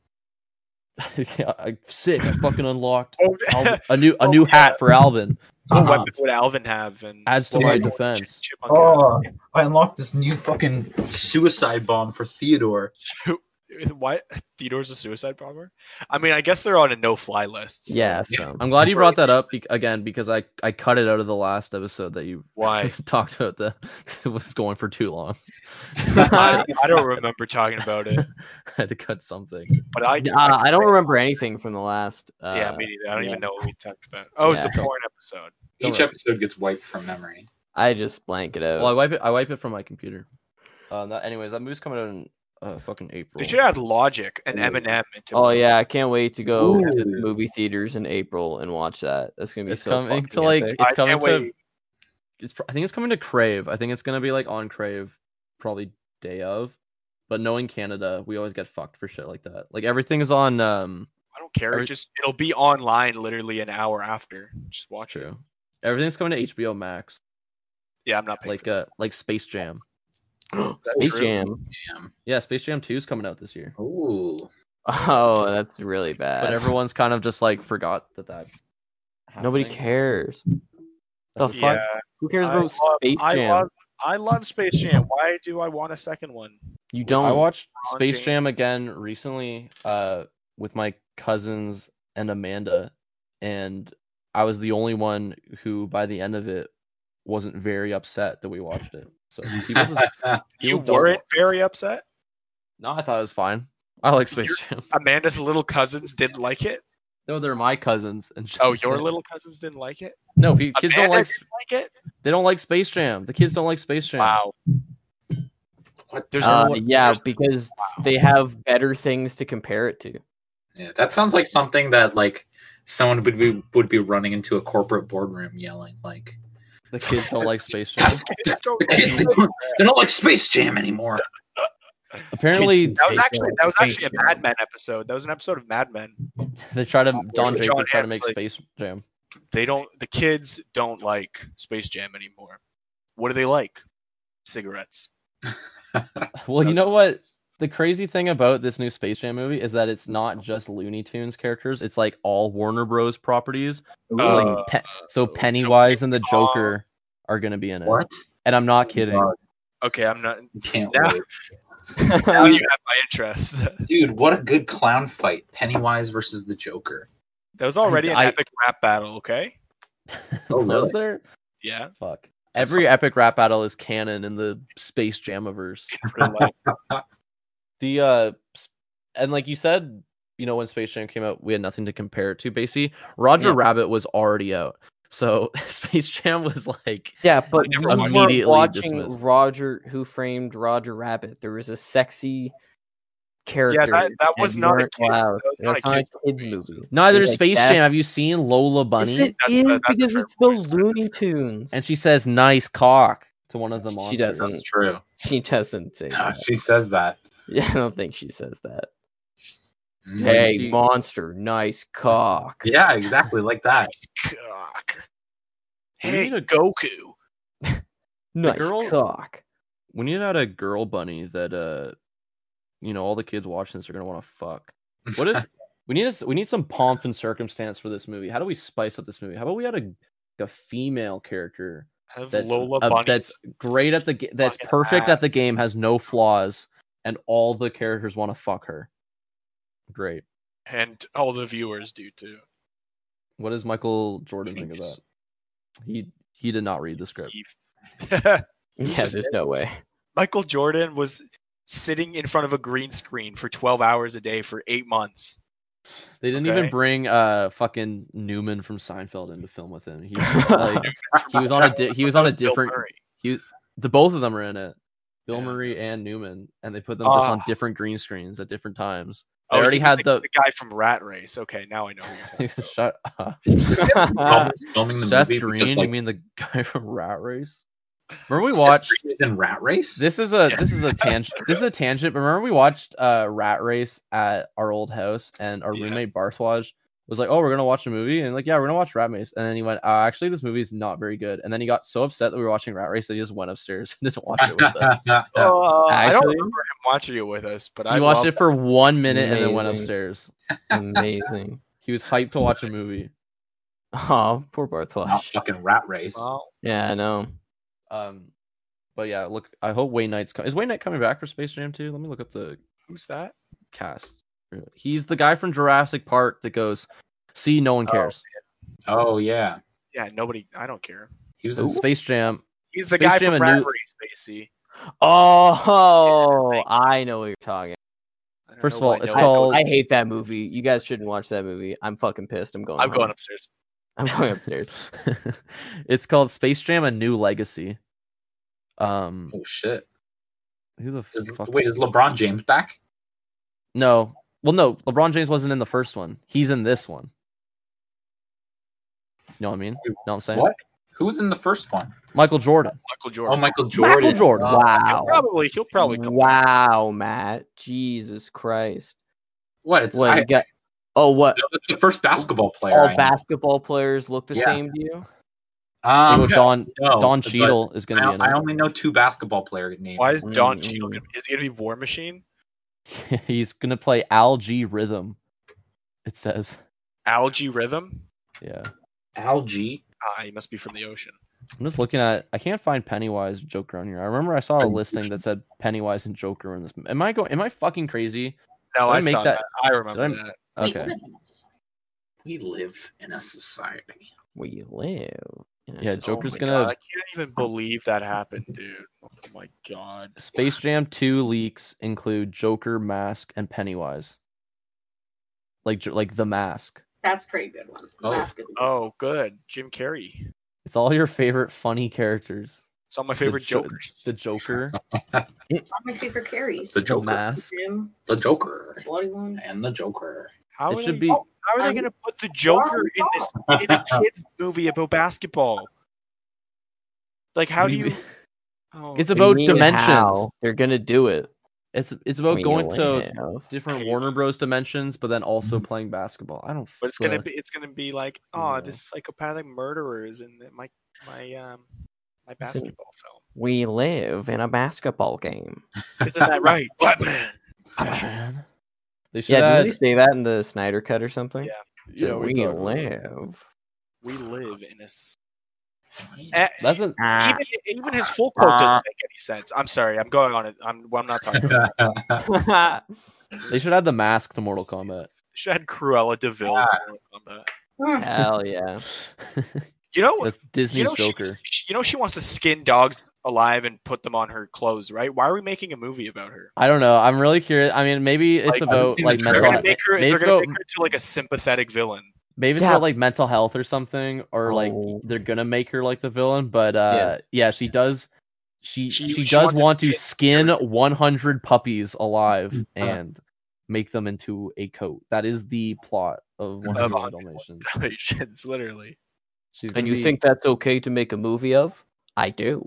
yeah, I, sick. I fucking unlocked Oh, Alvin, a new a Oh, new yeah. hat for Alvin. what Uh-huh. weapons would Alvin have? And Adds to what my would defense. Chipmunk Oh, I unlocked this new fucking suicide bomb for Theodore. have? Why Theodore's a suicide bomber? I mean, I guess they're on a no-fly list. so Yeah, so I'm glad you For- brought that up be- again because I I cut it out of the last episode that you Why? talked about that it was going for too long. I, I don't remember talking about it, I had to cut something. but I. uh, I don't remember anything from the last. Uh, Yeah, me neither. I don't yeah. even know what we talked about. Oh, it's the Yeah. porn episode. Each Alright. episode gets wiped from memory. I just blank it out. Well, I wipe it. I wipe it from my computer. Uh, that, anyways, that movie's coming out in uh, fucking April. They should add Logic and Ooh. Eminem into. oh yeah, I can't wait to go Ooh. to the movie theaters in April and watch that. That's gonna be It's so coming to fucking like epic. it's I coming can't to wait. it's pr- I think it's coming to Crave. I think it's gonna be like on Crave probably day of. But knowing Canada, we always get fucked for shit like that. Like everything is on um I don't care. Every- It just it'll be online literally an hour after. Just watch it. true. Everything's coming to HBO Max. Yeah, I'm not paying Like for uh it. like Space Jam. That's uh, Space true. Jam. Damn. Yeah, Space Jam 2 is coming out this year. Ooh. Oh, that's really bad. But everyone's kind of just like forgot that that's Nobody happening. cares. The fuck? Yeah, Who cares I about love- Space I Jam? love I love Space Jam. Why do I want a second one? you I don't. watched LeBron Space James. Jam again recently uh, with my cousins and Amanda, and I was the only one who, by the end of it, wasn't very upset that we watched it. So people just, You people don't weren't wa- very upset. No, I thought it was fine. I like Space Jam. Amanda's little cousins didn't like it. No, they're my cousins. And Oh, your little cousins didn't like it. no pe- kids don't Amanda like didn't like it. they don't like Space Jam. The kids don't like Space Jam. Wow. What? There's Uh, no- yeah, there's- because they have better things to compare it to. Yeah, that sounds like something that like someone would be would be running into a corporate boardroom yelling like The kids don't like Space Jam. "Guys, Kids don't the like kids, they it. don't, they don't like Space Jam anymore. Apparently, That was Space actually Jam. that was Space actually a Jam. Mad Men episode. That was an episode of Mad Men. they try to Don John Draper try to make Hamm's like- Space Jam. They don't. The kids don't like Space Jam anymore. What do they like? Cigarettes. Well, you That's- know what? the crazy thing about this new Space Jam movie is that it's not just Looney Tunes characters; it's like all Warner Bros. properties. So, like, Uh, Pe- so Pennywise and the uh, Joker are gonna be in it, What? Oh and I'm not kidding. God, Okay, I'm not. I can't Now- wait. Now you have my interest. Dude, what a good clown fight. Pennywise versus the Joker. That was already an I- epic rap battle. Okay. Oh, Was really? there? Yeah. Fuck. Every epic rap battle is canon in the Space Jamiverse. Real life. The uh, s- and like you said, you know, when Space Jam came out, we had nothing to compare it to. Basically, Roger Yeah. Rabbit was already out, so Space Jam was like Yeah, but never we watched it. were Immediately watching dismissed. Roger Who Framed Roger Rabbit. There was a sexy character. that and was we not a weren't kids- that allowed. was not a That's not kids a kids movie. movie. neither There's, is like, Space that- Jam. Have you seen Lola Bunny? Yes, it That's a- is that's a because fair it's the point. That's a Looney fair- Tunes. and she says nice cock to one of the monsters. She doesn't. That's true. She doesn't say No, that. she says that. Yeah, I don't think she says that. Mm. Like, Hey, do you- monster, nice cock. Yeah, exactly. Like that. Cock. We Hey, need a- Goku. Nice girl- cock. We need to add a girl bunny that uh, you know, all the kids watching this are gonna want to fuck. What if we need a, we need some pomp and circumstance for this movie? How do we spice up this movie? How about we add a a female character Have that's Lola uh, Bunny. that's great at the ga- that's fucking perfect at the ass. game, has no flaws, and all the characters want to fuck her. Great. and all the viewers do too. What does Michael Jordan think of that? Genius. He he did not read the script. Eve. Yeah, just- there's no way. Michael Jordan was sitting in front of a green screen for 12 hours a day for eight months. They didn't Okay. even bring uh fucking Newman from Seinfeld into film with him. He was just, like he was on a di- he was on a That Bill different Murray. he the both of them are in it. Bill Yeah. Murray and Newman, and they put them just on Ah. different green screens at different times. They Oh, already you had think the- guy from Rat Race. Okay, now I know. who you're talking about. Shut up. Oh. While they're filming the uh, Seth movie Green, because, you like, mean the guy from Rat Race? Remember we Step watched three is in Rat Race. This is a Yeah. this is a tangent. this is a tangent. But remember, we watched uh, Rat Race at our old house, and our Yeah. roommate Barthwaj was like, "Oh, we're gonna watch a movie," and like, "Yeah, we're gonna watch Rat Race." And then he went, uh, "Actually, this movie is not very good." And then he got so upset that we were watching Rat Race that he just went upstairs and didn't watch it with us. Oh. Uh, I don't Actually- remember him watching it with us, but I He watched love it for one minute and then went Amazing. upstairs. Amazing. He was hyped to watch a movie. Oh, poor Not Barthwash. fucking Rat Race. Well, Yeah, I know. Um, but yeah, look, I hope Wayne Knight's co- is Wayne Knight coming back for Space Jam 2? Let me look up the who's that? cast. He's the guy from Jurassic Park that goes, "See, no one Oh, cares." Oh yeah, Yeah, nobody. I don't care. he was in in Space Jam. He's the Space guy Jam from and Rat New- Race, Spacey. Oh, thank I know what you're talking. I don't First know of all, why it's no About. one called- goes- I, I hate that movie. You guys shouldn't watch that movie. I'm fucking pissed. I'm going. I'm home. going upstairs. I'm going upstairs. it's called Space Jam: A New Legacy. Um, Oh shit! who the Is, fuck? wait, is LeBron James back? No, well, no. LeBron James wasn't in the first one. He's in this one. You know what I mean? You know what I'm saying? What? Who was in the first one? Michael Jordan. Michael Oh, Jordan. uh, Michael Jordan. Michael Jordan. Oh, Wow. Probably he'll probably come. back. wow, Matt. Jesus Christ. What? It's What I, you got? Oh, what? no, that's the first basketball player. I All know. basketball players look the Yeah. same to you. Um, Um, Don no, Don but Cheadle is I, going to be in I it. only know two basketball player names. Why is Don Mm, Cheadle? mm. Gonna, is he gonna be War Machine? He's going to play Al G Rhythm. It says, Algae Rhythm? yeah. Algae? Ah, he must be from the ocean. I'm just looking at. I can't find Pennywise and Joker on here. I remember I saw a listing that said Pennywise and Joker in this. Am I going? Am I fucking crazy? No, Did I I, make saw that- that. I remember did I- that. Wait, Okay. what if this is- We live in a society. Where you live. And it's Yeah, just- Joker's oh my gonna- God, I can't even believe that happened, dude. Oh my god. Space Jam Two leaks include Joker, Mask, and Pennywise. Like, Jo- like the Mask. That's a pretty good one. Oh. Mask is- Oh, good. Jim Carrey. It's all your favorite funny characters. It's all my The favorite Jo- jokers. The Joker, One of my favorite carries. The the Joker. Mask. Jim, The Joker. Bloody one. And the Joker. How It are should they, be. how are they Um, gonna put the Joker in this in a kids movie about basketball? Like, how do we- you? Oh, It's I about mean, dimensions. how They're gonna do it. It's it's about We going to live. different Hey. Warner Bros. dimensions, but then also playing basketball. I don't. Mm-hmm. but it's gonna fucking- be it's gonna be like, oh, Yeah. this psychopathic murderer is in my my um my basketball film. we live in a basketball game. Isn't that right, Batman? Man. They should Yeah, add, did they say that in the Snyder cut or something? Yeah. you So know, we we talked about it. live. We live in a. s- eh, That's an Ah. even even his full quote Ah. doesn't make any sense. I'm sorry. I'm going on it. I'm well, I'm not talking. About it. Ah. They should add the mask to Mortal Kombat. Should add Cruella Deville. Ah. to Mortal Kombat. Hell yeah. You know, That's Disney's you know she, Joker. she- you know she wants to skin dogs alive and put them on her clothes, right? Why are we making a movie about her? I don't know. I'm really curious. I mean, maybe it's Like, I've about seen like the They're mental. gonna trailer. health. make her. Maybe They're it's gonna about make her into like a sympathetic villain. maybe it's Yeah. about like mental health or something, or like Oh. they're gonna make her like the villain. But uh, yeah, she does. She she, She- she does wants to want to skin skin everything. 100 puppies alive Mhm. and make them into a coat. That is the plot of 101 Dalmatians. It's literally. She's gonna And you be- think that's okay to make a movie of? I do.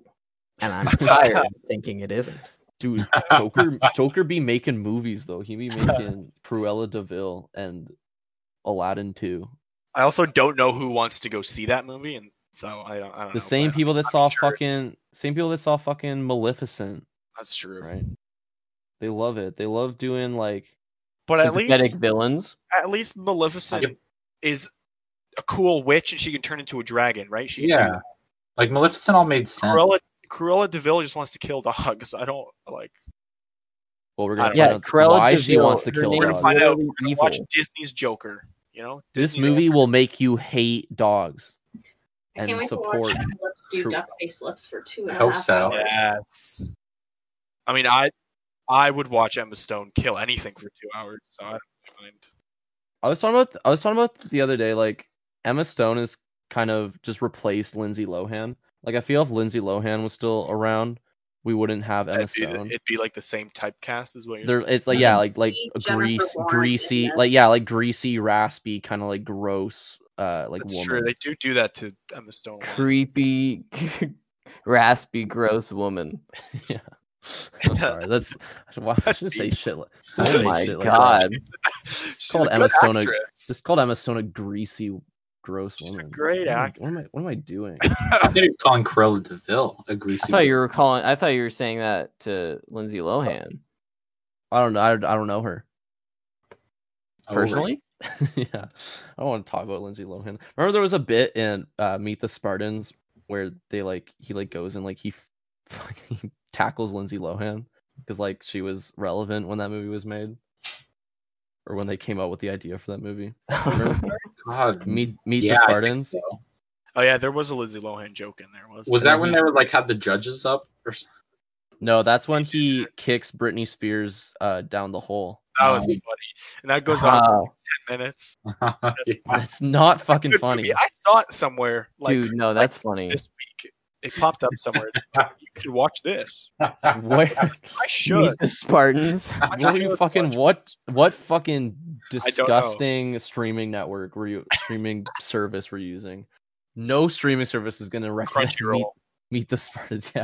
And I'm tired of thinking it isn't. Dude, Joker Joker be making movies though. He be making Cruella Deville and Aladdin too. I also don't know who wants to go see that movie, and so I don't. I don't The know, same but people that Oh, I'm saw sure- fucking same people that saw fucking Maleficent, That's true. right? They love it. They love doing like But at Sympathetic least, villains. at least Maleficent Yep. is a cool witch, and she can turn into a dragon, right? She can do yeah. that. Like Maleficent all made sense. Cruella, Cruella Deville just wants to kill dogs. I don't like. well we're I gonna don't find Yeah, know. out Cruella why de she wants to Vil, her kill name We're is dogs. gonna find out. literally We're gonna watch Disney's Joker. You know, This Disney's movie Joker. will make you hate dogs. I can't And wait support to watch Lips do Cru- duck face lips for two and a I half hope so. hours. Yes. I mean, I I would watch Emma Stone kill anything for two hours, so I don't mind. I was talking about I was talking about the other day, like Emma Stone is kind of just replaced Lindsay Lohan. Like I feel if Lindsay Lohan was still around, we wouldn't have Emma That'd be, the- Stone. it'd be like the same typecast as what you're. There, it's like yeah, like like Be a Jennifer grease, Lawrence in greasy, that. like yeah, like greasy, raspy, kind of like gross, uh, like That's woman. true. They do do that to Emma Stone. a lot. creepy raspy, gross woman. yeah. I'm sorry. That's why I That's should say deep. shit. Like, Oh shouldn't say my shit like that. God. She's called a Emma good Stone a- actress. Just called Emma Stone a greasy, gross She's a woman. great What am I- actor. What am I? What am I doing? I thought you were calling Cruella Deville a greasy. I thought you were calling. I thought you were saying that to Lindsay Lohan. I don't know. I, I don't know her Oh, personally. yeah, I don't want to talk about Lindsay Lohan. Remember there was a bit in uh, Meet the Spartans where they like he like goes and like he fucking tackles Lindsay Lohan because like she was relevant when that movie was made or when they came up with the idea for that movie. right. God, Meet Meet the Yeah, I think Spartans. so. Oh yeah, there was a Lizzie Lohan joke in there, wasn't Was there? that when they were like had the judges up or s- No, that's when he kicks Britney Spears uh, down the hole. That was Um, funny, and that goes Uh, on Wow. for ten minutes. That's not fucking Good funny. movie. I saw it somewhere, like Dude, no, that's funny. this week. It popped up somewhere. It's like, you should watch this. Where, I should. Meet the Spartans. where were you fucking what what fucking don't know. disgusting streaming network were you streaming service were you using? No streaming service is gonna recommend meet, Crunchyroll. meet the Spartans.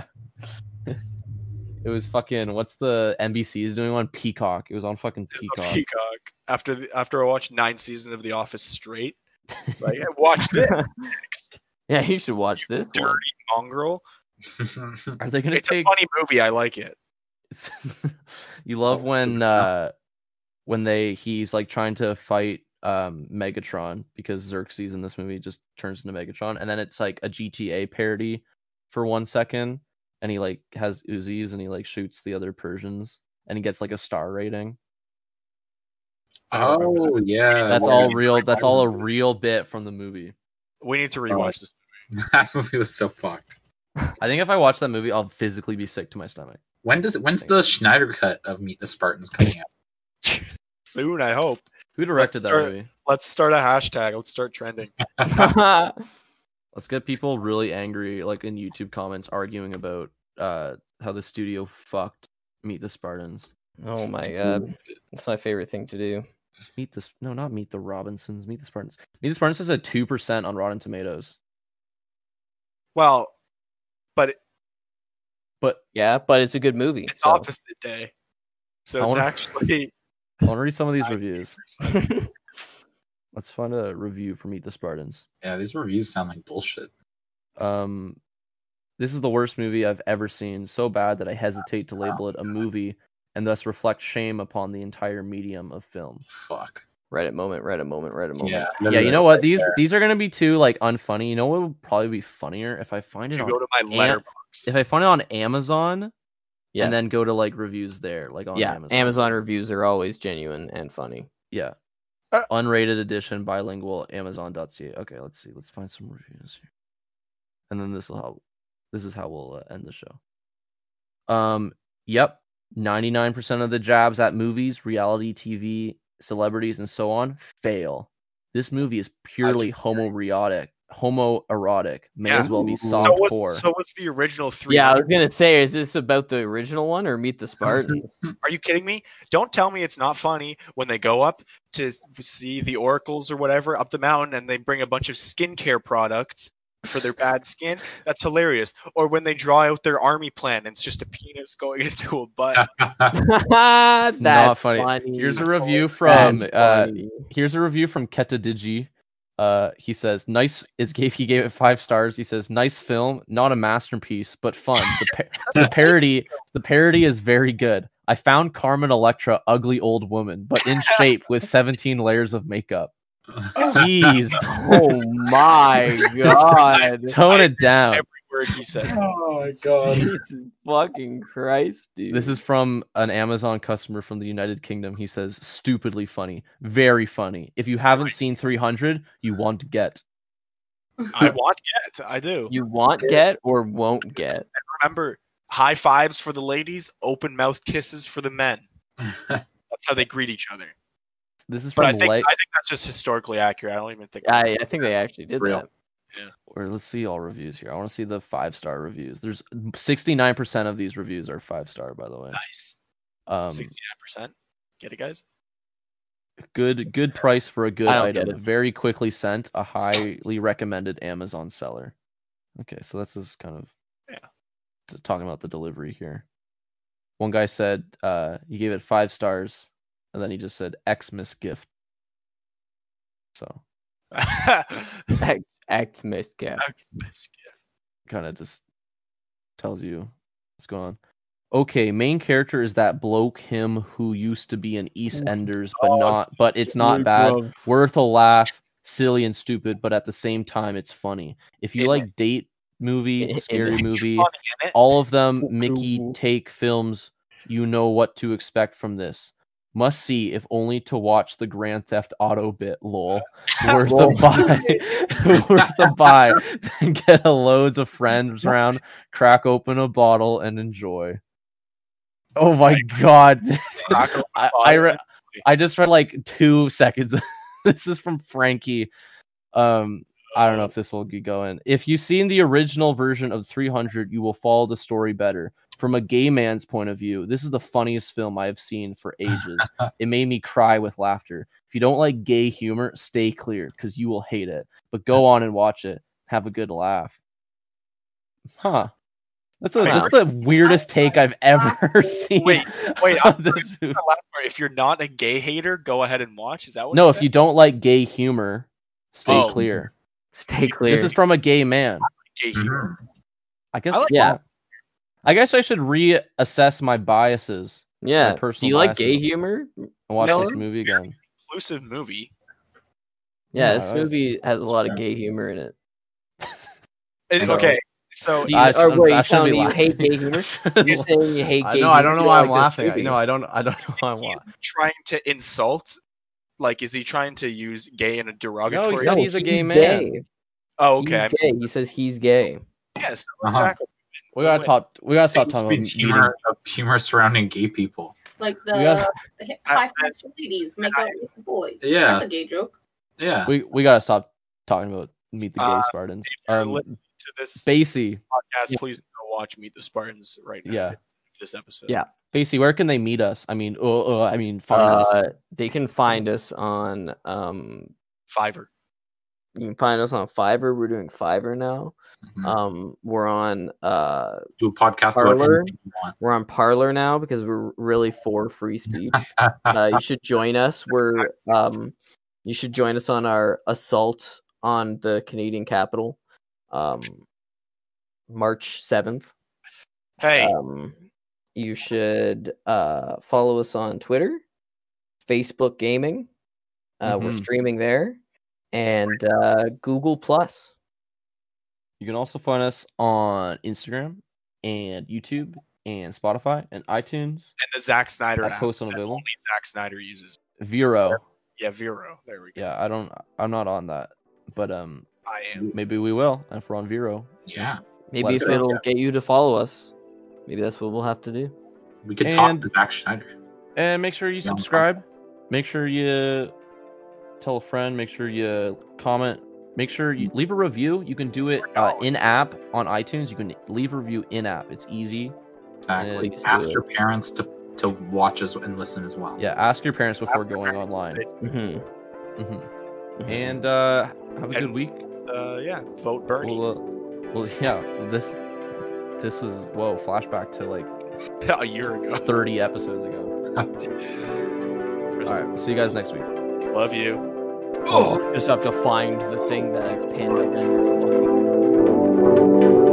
Yeah, it was fucking. What's the NBC is doing on Peacock? It was on fucking It's on Peacock. Peacock. After the, after I watched nine seasons of The Office straight, it's like hey, watch this next. yeah, you should watch this one. Dirty mongrel. Are they gonna It's a take? funny movie. I like it. It's- you love when uh when they he's like trying to fight um Megatron because Xerxes in this movie just turns into Megatron and then it's like a GTA parody for one second and he like has Uzis and he like shoots the other Persians and he gets like a star rating. I don't remember oh yeah, That's yeah. all real that's all a That real bit from the movie. We need to Oh. rewatch this. movie was so fucked. I think if I watch that movie I'll physically be sick to my stomach. When does when's the Schneider cut of Meet the Spartans coming out? Soon, I hope. Who directed that start- movie? Let's start a hashtag. Let's start trending. Let's get people really angry, like in YouTube comments, arguing about uh, how the studio fucked Meet the Spartans. oh my uh, god, that's my favorite thing to do. Meet the no, not Meet the Robinsons. Meet the Spartans. Meet the Spartans is a two percent on Rotten Tomatoes, Well, but Yeah, but it's a good movie. it's so. opposite day, so I it's wanna- actually. I want to read some of these I- reviews. Let's find a review for Meet the Spartans. Yeah, these reviews sound like bullshit. Um, this is the worst movie I've ever seen. So bad that I hesitate to label it a movie, and thus reflect shame upon the entire medium of film. Fuck. Reddit moment. Reddit moment. Reddit moment. Yeah. yeah, you know literally. what? These these are gonna be too like unfunny. You know what would probably be funnier if I find If it you on go to my letterbox, if I find it on Amazon Yes. and then go to like reviews there, like on yeah, Amazon. Amazon reviews are always genuine and funny. Yeah. Uh, Unrated edition bilingual Amazon.ca. Okay, let's see. Let's find some reviews here. And then this will help. This is how we'll uh, end the show. Um. Yep. Ninety nine percent of the jobs at movies, reality TV, celebrities, and so on fail. This movie is purely homoerotic, homoerotic. May Yeah. as well be Ooh. So soft so what's, core. so what's the original three? Yeah, I was gonna say, is this about the original one or Meet the Spartans? Are you kidding me? Don't tell me it's not funny when they go up to see the oracles or whatever up the mountain and they bring a bunch of skincare products for their bad skin. That's hilarious. Or when they draw out their army plan and it's just a penis going into a Oh butt. That's not funny. funny. Here's a That's review from uh, funny. here's a review from Keta Digi. Uh, he says, "Nice." It's gave he gave it five stars. He says, "Nice film, not a masterpiece, but fun. The, par- the parody, the parody is very good. I found Carmen Electra ugly old woman, but in shape with 17 layers of makeup. Jeez, oh my god. tone it down. Word he said. Oh my god. Jesus fucking Christ, dude. This is from an Amazon customer from the United Kingdom. He says, "Stupidly funny, very funny. If you haven't seen 300, you want to get." I want it. I do. you want get or won't get. Remember high fives for the ladies, open mouth kisses for the men. That's how they greet each other. This is But from I think Light. I think that's just historically accurate. I don't even think I, that's- I think they actually did Real. that. Or let's see all reviews here. I want to see the five star reviews. There's 69 percent of these reviews are five star, by the way. nice. Um, Sixty nine percent. Get it, guys? good, good price for a good I don't get item. Very quickly sent. A highly recommended Amazon seller. Okay, so that's just kind of Yeah. t- talking about the delivery here. One guy said uh, he gave it five stars, and then he just said Xmas gift. So Act, act miscast. kind of just tells you what's going on. Okay, main character is that bloke him who used to be in EastEnders, but God. not, but it's not bad. Worth a laugh, silly and stupid, but at the same time, it's funny. If you Yeah. like date movie, scary It's movie, funny, isn't it? all of them Fuku. Mickey take films. You know what to expect from this. Must see if only to watch the Grand Theft Auto bit. Lol, worth a buy. worth a buy. Then get a loads of friends around, crack open a bottle, and enjoy. Oh my god! Crack open I I, bottle re- I just read like two seconds. this is from Frankie. Um, I don't know if this will be going. If you've seen the original version of 300, you will follow the story better. From a gay man's point of view, this is the funniest film I have seen for ages. it made me cry with laughter. If you don't like gay humor, stay clear because you will hate it. But go on and watch it. Have a good laugh. Huh. That's, a, Wait, that's the weirdest take I've ever Wait, seen. wait, of I'm this movie. The last part, If you're not a gay hater, go ahead and watch. Is that what? No, it if you don't like gay humor, stay Oh. clear. Stay clear. This is from a gay man. said? gay Mhm. humor. I guess like yeah. I guess I should reassess my biases yeah. Do personal you like biases. gay humor? and watch No. this movie again. Inclusive movie. Yeah, No, this I- movie has a lot of gay humor in it. It- No. Okay, so Do you, Oh, I, or shouldn't- wait, I you shouldn't telling be me you laughing. hate gay humor? You're saying you hate I gay know. I humor, don't know you why like I'm this laughing. I movie. know. I don't. I don't know why I'm he's laughing. trying to insult. Like, is he trying to use gay in a derogatory? No, he said No, he's a gay he's man. gay. oh, okay. I mean, He's gay. He says he's gay. yes, Uh-huh. exactly. We gotta Wait. talk. We gotta stop talking about It's meeting. humor of humor surrounding gay people. Like the We gotta- the hip- high fives for ladies, make out with the boys. Yeah. That's a gay joke. Yeah. We we gotta stop talking about meet the gay Uh, Spartans. you're Um, listening To this Basie, podcast, yeah. please go watch Meet the Spartans right now. Yeah. This episode. Yeah. Basie, where can they meet us? I mean, uh, uh, I mean, find us. Uh, they can find us on um Fiverr. you can find us on Fiverr. We're doing Fiverr now. Mm-hmm. Mhm. uh, Um we're on uh Do a podcast about Parlor? anything you want. we're on Parlor now because we're really for free speech. uh, you should join us. We're um, you should join us on our assault on the Canadian capital, um, March seventh. Uh, Hey, Um, you should uh, follow us on Twitter, Facebook Gaming. Uh, We're Mhm. streaming there, and uh, Google Plus. You can also find us on Instagram and YouTube and Spotify and iTunes. and the Zack Snyder I app. post on that available. Only Zack Snyder uses. Vero. Yeah, Vero. There we go. Yeah, I don't. I'm not on that, but um, I am. maybe we will. And if we're on Vero, Yeah. Maybe Let's if go. it'll get you to follow us, maybe that's what we'll have to do. We could talk And- to Zack Schneider. and make sure you Yeah, I'm- subscribe. Make sure you tell a friend. Make sure you comment. Make sure you leave a review. You can do it uh, in app on iTunes. You can leave a review in app. It's easy. Exactly. Yeah, just do Ask it. your parents to to watch us and listen as well. Yeah, ask your parents before Ask your going parents. online. hmm hmm And uh, have a good And week. Uh, yeah, vote Bernie. Well, uh, well, yeah. This this is whoa flashback to like a year ago. 30 episodes ago. All right, see you guys next week. Love you. Just have to find the thing that I've pinned up in this fucking.